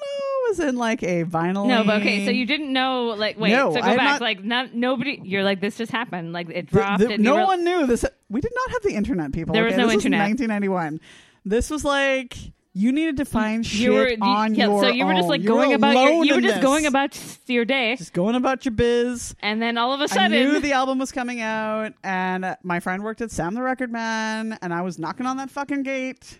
was in like a vinyl.
No, but okay. So you didn't know, like, wait.
No,
so go
I'm
back.
not-
like, not nobody. You're like, this just happened. Like, it
The-
dropped.
the-
and you
no
were-
one knew this. We did not have the internet, people.
There was
okay?
no
this
internet.
Was 1991. This was like you needed to find shit
You were you-
on
yeah,
your
So you were just
own.
like
You
going about.
alone
Your, you were
in
just
this.
going about your day,
just going about your biz.
and then all of a
I
sudden,
knew the album was coming out, and uh, my friend worked at Sam the Record Man, and I was knocking on that fucking gate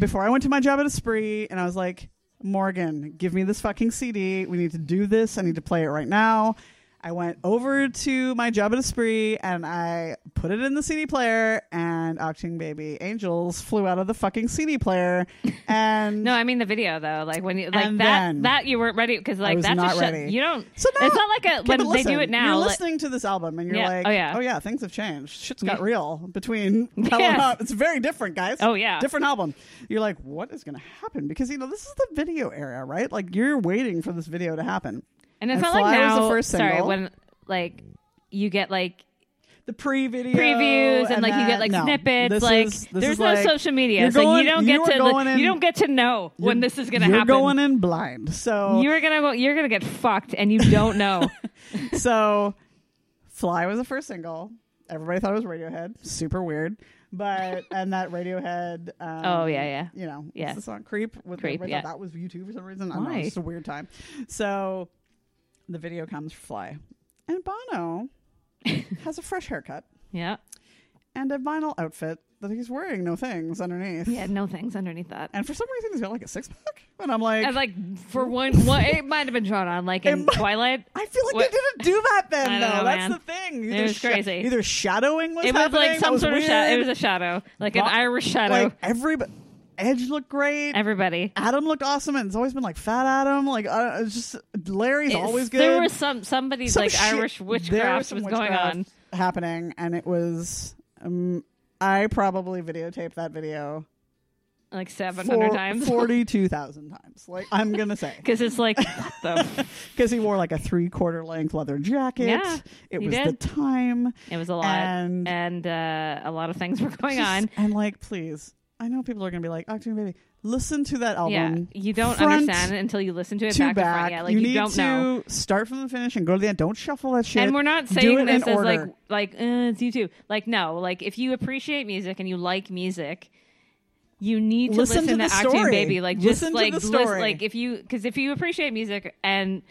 before I went to my job at a spree, and I was like, Morgan, give me this fucking CD. We need to do this. I need to play it right now. I went over to my job at a spree and I put it in the CD player, and Octane Baby Angels flew out of the fucking CD player. And
No, I mean the video though. Like when you like
And
that
then-
that you weren't ready because like
was
that's
not
a shut-
ready.
you don't.
So now-
it's not like a
Okay,
when
but
they do
listen,
it now.
You're
like-
listening to this album and you're
Yeah.
like,
Oh, yeah.
things have changed. Shit's got real between Hell
Yes.
and Hot. It's very different, guys.
Oh, yeah.
different album. You're like, what is going to happen? Because you know this is the video era, right? Like you're waiting for this video to happen.
and it's
and
not like
Fly was
now.
the first
sorry,
single.
when like you get like
The pre-video
previews and, like you
then-
get like
no.
snippets.
This
like
is- this
there's
is
no
like-
social media,
you're
so
going-
you don't get
are
to like,
going in-
you don't get to know when
you're-
this is gonna
you're
happen.
going in blind. So
you're gonna go. You're gonna get fucked, and you don't know.
so fly was the first single everybody thought it was radiohead super weird but and that radiohead um,
Oh, yeah, yeah.
you know what's
Yeah.
the song creep with
Creep,
everybody
yeah.
thought that was youtube for some reason i don't know
Why?
it's a weird time so the video comes for fly and bono has a fresh haircut
yeah,
and a vinyl outfit that he's wearing no things underneath
yeah. No things underneath that.
and for some reason he's got like a six-pack and i'm like
And like for one, what it might have been drawn on, like
It
in
might-
Twilight.
I feel like
What-
they didn't do that
I
then, though.
don't know,
That's
man.
the thing.
It
Either
was
sh-
crazy.
Either shadowing was
It was
happening,
like
that
some
was
sort of shadow. It
weird.
was a shadow, like an
Bo-
Irish shadow.
Like everybody, Edge looked great.
Everybody.
Adam looked awesome, and it's always been like Fat Adam. Like uh, it's just Larry's
It's-
always good.
There was some somebody
Some
like
shit-
Irish
there
witchcraft was,
some
going
witchcraft
on.
happening, and it was. Um, I probably videotaped that video
Like seven
for
hundred times.
forty-two thousand times. Like I'm gonna say,
Because it's like what the f-
because he wore like a three-quarter length leather jacket.
Yeah,
it
he
was
did.
the time.
it was a lot,
And-
and, uh, a lot of things were going
Just-
on.
And like, please, I know people are gonna be like, "Octane Baby, listen to that
Yeah,
album."
you don't
front
understand it until you listen to it
to
back,
back.
to front. Yeah, like
you,
you,
need
don't
to
know.
start from the finish and go to the end. Don't shuffle that shit.
And we're not
Do
saying
it
this
in
as like
order.
like uh, it's you too. Like no, like if you appreciate music and you like music, you need to
Listen
listen,
to
to,
the
Octane
story.
Baby. Like just
Listen to
like
the
lis-
story.
like if you because if you appreciate music and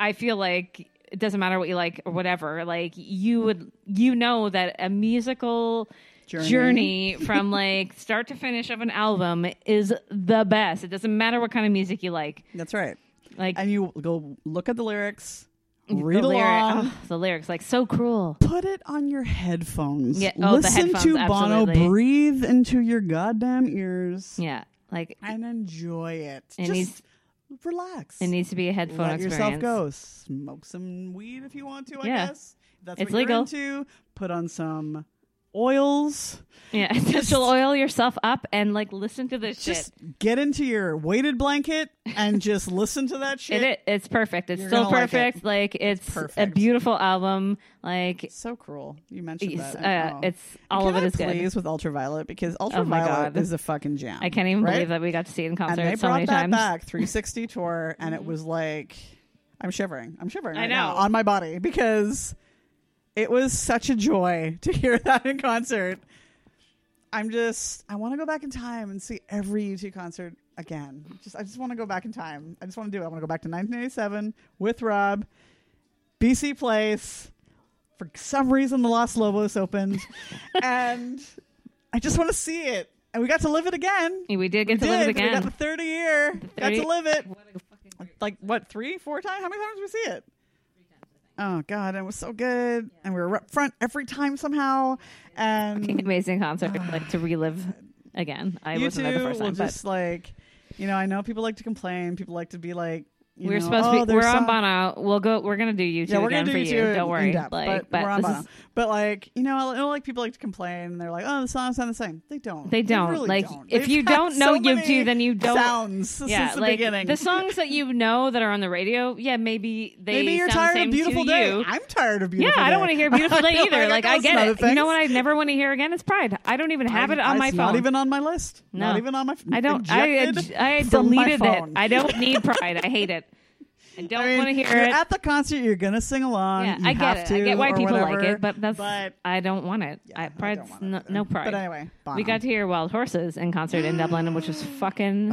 I feel like it doesn't matter what you like or whatever. Like you would you know that a musical.
Journey.
Journey. from like start to finish of an album is the best. It doesn't matter what kind of music you like.
That's right.
Like
And you go look at the lyrics, read
the, lyric-
along,
ugh, the lyrics, like so cruel.
put it on your headphones.
Yeah, oh, the
Listen
headphones,
to Bono
absolutely.
breathe into your goddamn ears
Yeah, like
and enjoy it.
It
Just
needs-
relax.
it needs to be a headphone
Let yourself
experience.
go. Smoke some weed if you want to. I
Yeah.
guess If that's
It's
what
legal.
you're into. Put on some oils.
Yeah, essential oil yourself up and like listen to this
Just
shit.
get into your weighted blanket and just listen to that shit.
It, it it's perfect. It's
You're
still
gonna like it.
perfect. Like, it's, a
perfect.
beautiful album. Like
So cruel. You mentioned
it's,
that. I
uh,
know.
it's all
Can
of it
I
is good. Oh
please with Ultraviolet because
God.
Ultraviolet is a fucking jam.
I can't even
right?
believe that we got to see it in concert
And they
so
brought
many
that
times. Mm-hmm.
back 360 tour, and it was like, I'm shivering. I'm shivering.
I
Right now
know.
on my body because it was such a joy to hear that in concert. I'm just, I want to go back in time and see every U2 concert again. Just, I just want to go back in time. I just want to do it. I want to go back to 1987 with Rob, BC Place. For some reason, the Lost Lobos opened, and I just want to see it. And we got to live it again.
We did get to
Did.
live it
We got the
again.
30 year. Got
30
to live it. Like what? Three, four times? How many times did we see it? Oh god, and it was so good, and we were up front every time somehow. And
Amazing concert. like to relive again. I
you
wasn't
two
there the first
will
time, but
just like, you know, I know people like to complain. People like to be like, you
we were
know,
supposed
"Oh,
to be. We're
there's
on
some-
Bono. We'll go. We're gonna do YouTube
Yeah, we're
again
gonna do
for you.
YouTube.
Don't worry.
in depth,
like,
but, we're on
this
Bono.
is-
But like, you know, I know like people like to complain. They're like, oh, the songs sound the same. They don't.
They don't.
really
Like,
don't.
if
They've
you
had
don't know
so many
YouTube, then you don't-
Sounds
yeah,
since the
like
beginning.
the songs that you know that are on the radio. Yeah, maybe they
Maybe you're
sound the
tired
same
of beautiful
to
day.
you.
I'm tired of
Yeah,
beautiful.
I don't
Day.
want to hear beautiful day
know,
either.
I
Like
got
I
lots of
get
other
it. You know
things.
what? I never want to hear again. It's Pride. I don't even have it on
I-
my
it's
phone.
Not even on my list.
No.
Not even on my.
I don't. I
Ejected
I
from my
deleted it.
phone.
I don't need Pride. I hate it. I don't
I mean,
want to hear
you're
it.
At the concert, you're gonna sing along.
yeah,
You
I get
have
it.
To,
I get why
or
people
whatever.
like it, but that's
But-
I don't want it.
Yeah,
I,
I don't
pride's
want it
no,
either.
no pride.
But anyway,
we
Bono.
got to hear Wild Horses in concert in Dublin, which was fucking.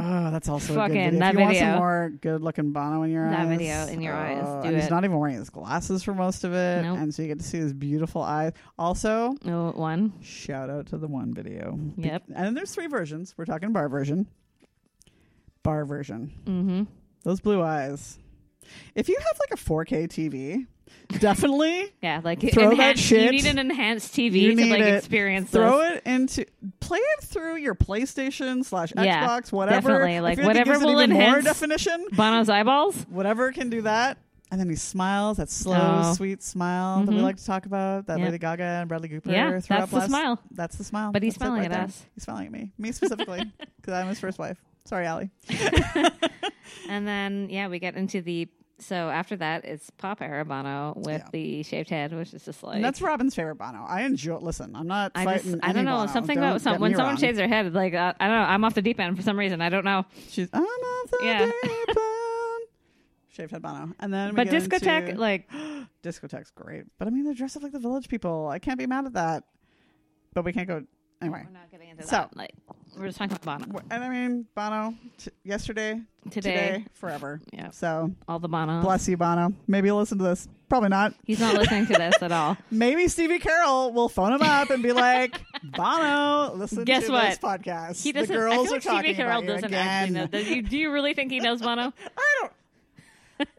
Oh, that's also
Fucking
a good video.
that
if you want
video.
some more good-looking Bono in your
That
eyes,
video in your eyes.
oh,
Do
and
it.
He's not even wearing his glasses for most of it,
Nope.
and so you get to see his beautiful eyes. Also,
no oh, one.
shout out to the one video.
Yep.
And then there's three versions. We're talking bar version, bar version.
Mm-hmm.
Those blue eyes. If you have like a 4K TV, definitely
Yeah, like
Throw that
enhanced, You
shit.
need an enhanced TV
You
to
need
like
it.
experience.
throw
this.
it into play it through your PlayStation slash Xbox,
Yeah,
whatever.
definitely.
I
Like,
feel it
whatever
gives it
will
even more
enhance-
definition.
Bono's eyeballs.
Whatever can do that. And then he smiles, that slow,
Oh.
sweet smile that we
Mhm.
like to talk about, that
Yeah.
Lady Gaga and Bradley Cooper
Yeah,
threw
that's
up
the
last-
smile.
That's the smile.
But he's
That's it
smiling
right
at
there.
us.
He's smiling at me. Me specifically, because I'm his first wife. Sorry, Allie.
And then yeah, we get into the so after that it's pop era Bono with
Yeah.
the shaved head, which is just like
And that's Robin's favorite Bono. I enjoy. Listen, I'm not.
I just
fighting
I don't
any
know
Bono.
something
Don't
about some,
get
when
me
someone
wrong.
shaves their head like uh, I don't know I'm off the deep end for some reason I don't know
She's I'm off the
Yeah.
deep end. Shaved head Bono, and then we
but
get
discotheque
into-
like
discotheque's great, but I mean they're dressed up like the village people. I can't be mad at that, but we can't go anyway.
we're not getting into
So-
that like we're just talking about Bono
Wh- And I mean Bono, t- yesterday,
today,
forever.
yeah
So
all the Bono
bless you, Bono. Maybe you'll listen to this. Probably not.
he's not listening to this at all
Maybe Stevie Carroll will phone him up and be like, "Bono, listen
Guess
to
what?
this podcast.
he doesn't
the
I
girls
feel
are
like
talking
Stevie Carell
about you
doesn't
again."
actually know does you do you really think he knows Bono
I don't.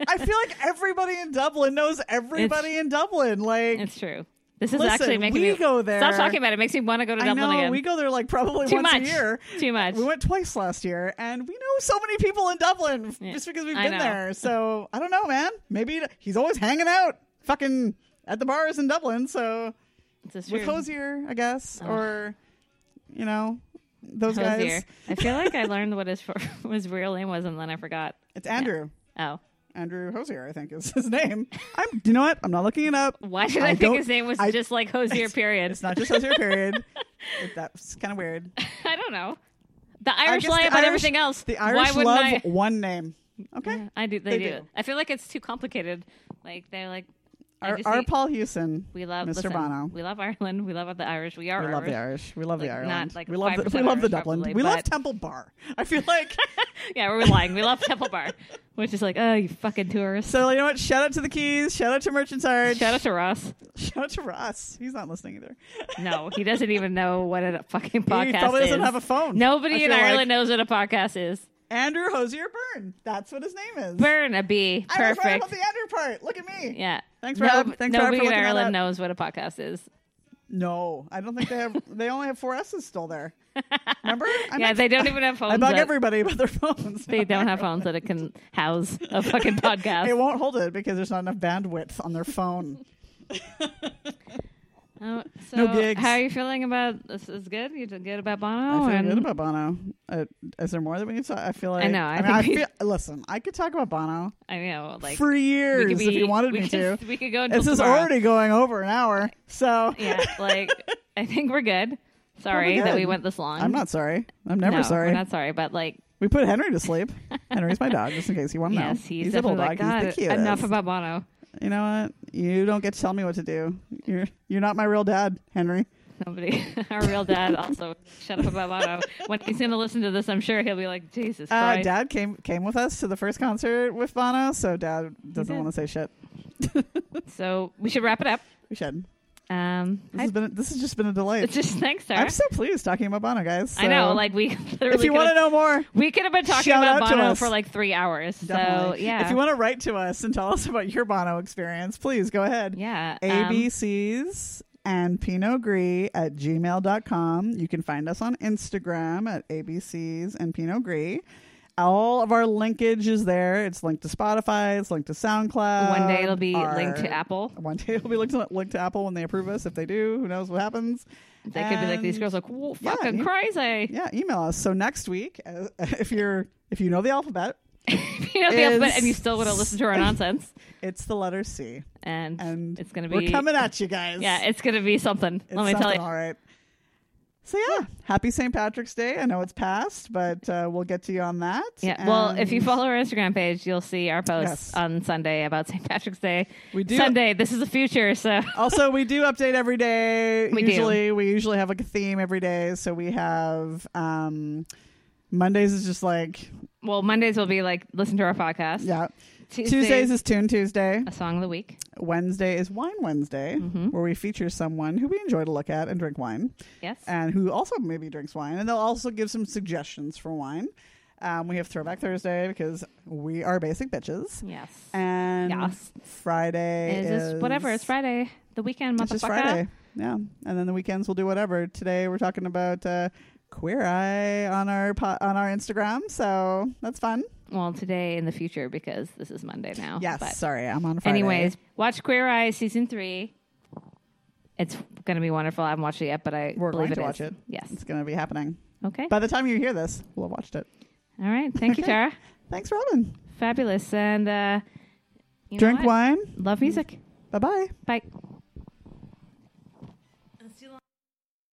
I feel like everybody in Dublin knows everybody in Dublin. Like,
it's true this is
listen,
actually making
we
me
go there.
stop talking about it. it makes me want to go to
I
Dublin
know
again
we go there like probably
too
once
much
a year.
too much
We went twice last year, and we know so many people in Dublin f-
Yeah,
just because we've
I
been
know.
there. So I don't know, man. Maybe he's always hanging out, fucking at the bars in Dublin. So
This is
with
true.
Hosier, I guess,
Ugh.
or you know, those
Hosier.
guys.
I feel like I learned what his, what his real name was and then I forgot.
It's Andrew.
Oh,
Andrew Hosier, I think, is his name. I'm. You know what? I'm not looking it up.
why did I,
I
think
don't-
his name was
I-
just like Hosier? Period.
It's not just Hosier. Period. It- That's kind of weird.
I don't know. The
I
Irish
guess
lie
the
about
Irish-
everything else.
The
why
Irish
wouldn't
love
I?
one name. Okay.
Yeah, I do. They,
They
do.
do.
I feel like it's too complicated. Like they're like, I
Our,
just
our
need-
Paul Hewson.
we love
Mr.
listen,
Bono.
We love Ireland. We love the Irish. We are
We
Irish.
love the Irish. We love the
Like, not,
Ireland.
like,
we love the,
5%
we love the
Irish,
Dublin.
probably,
we love
but-
Temple Bar. I feel like
Yeah, we're lying. We love Temple Bar, which is like, oh, you fucking tourists.
so. You know what? Shout out to the Keys. Shout out to Merchant Arch.
Shout out to Ross.
Shout out to Ross. He's not listening either.
No, he doesn't even know what a fucking podcast
he probably
is.
doesn't have a phone. I
Nobody in
feel like.
Ireland knows what a podcast is.
Andrew Hosier Byrne. That's what his name is.
Burn a bee.
I was right
Perfect.
about the Andrew part. Look at me.
Yeah.
Thanks, Rob. Thanks, Rob, for
nobody in
looking that
Ireland
up.
knows what a podcast is.
No, I don't think they have. they only have four S's still there. Remember? I'm
yeah, they don't even have phones.
I bug
that-
everybody about their phones.
They don't have phones that it can house a fucking podcast.
It won't hold it because there's not enough bandwidth on their phone.
Uh, Oh, so
No gigs.
How are you feeling about this? Is good? You did good about Bono?
I feel
Oh, and
good about Bono. Uh, is there more that we need to talk? I feel like
know, I
I, mean, I
think we-
feel, listen, I could talk about Bono
I know, like
for
we
years
could be,
if you wanted
we
me to.
could, We could go. Until
This is
tomorrow.
already going over an hour, so
Yeah, like I think we're good. Sorry that we
good.
went this long.
I'm not sorry. I'm never
no,
sorry.
We're not sorry, but like,
We put Henry to sleep. Henry's my dog, just in case you want to know.
yes, he's,
a
definitely
bulldog.
like, God,
he's the cutest.
enough about Bono.
you know what? You don't get to tell me what to do. You're you're not my real dad, Henry.
Nobody, our real dad, also shut up about Bono. When he's going to listen to this, I'm sure he'll be like, Jesus
Uh,
Christ.
dad came came with us to the first concert with Bono, so Dad doesn't
did.
want to say shit.
So we should wrap it up.
We should.
Um,
This
I-
has been this has just been a
it's
delight.
just thanks, Sarah.
I'm so pleased talking about Bono, guys.
I know,
So
like we
if
literally
you want to
could've-
know more,
we could have been talking
shout
about
out to
Bono
us.
for like three hours.
definitely.
So yeah,
If you want to write to us and tell us about your Bono experience, please go ahead.
yeah, um,
ABCs and Pinot Gris at gmail.com. You can find us on Instagram at ABCs and Pinot Gris. All of our linkage is there. It's linked to Spotify. It's linked to SoundCloud.
um, one day it'll be
Our-
linked to Apple.
One day it'll be linked to, linked to Apple when they approve us. If they do, who knows what happens?
They could be like these
And-
girls, like Whoa,
yeah,
fucking
you-
crazy.
Yeah, email us. So next week, uh, if you're if you know the alphabet,
you know, the alphabet,
is-
and you still want to listen to our nonsense,
it's the letter C,
and,
and
it's gonna be
we're coming at you guys.
yeah, it's gonna be something.
It's
Let me tell
something,
you.
All right. So yeah, happy St. Patrick's Day. I know it's past, but uh, we'll get to you on that.
Yeah. Well, if you
And
follow our Instagram page, you'll see our posts
Um, Yes.
on Sunday about St. Patrick's Day.
We do-
Sunday. This is the future, so
also we do update every day.
We do.
usually we usually have like a theme every day. So we have um Mondays is just like
well, Mondays will be like listen to our podcast.
yeah.
Tuesdays,
Tuesdays, is Tune Tuesday.
a song of the week.
Wednesday is Wine Wednesday,
Mm-hmm.
where we feature someone who we enjoy to look at and drink wine.
Yes.
and who also maybe drinks wine, and they'll also give some suggestions for wine. Um, we have Throwback Thursday because we are basic bitches,
yes.
and
Yes.
Friday
Is
is,
this whatever? It's Friday. The weekend,
It's
motherfucker.
just Friday, yeah. And then the weekends we'll do whatever. Today we're talking about uh, queer eye on our po- on our Instagram, so that's fun.
Well, today in the future because this is Monday now.
Yes,
Oh, But
sorry, I'm on Friday.
anyways, watch Queer Eye season three. It's gonna be wonderful. I haven't watched it yet, but I
We're
believe
going to
is.
watch it.
Yes.
it's going to be happening.
Okay.
By the time you hear this, we'll have watched it.
All right. Thank you,
Okay.
Tara.
Thanks, Robin.
Fabulous. And uh, you know
Drink
what?
wine.
Love music.
Bye bye.
Bye.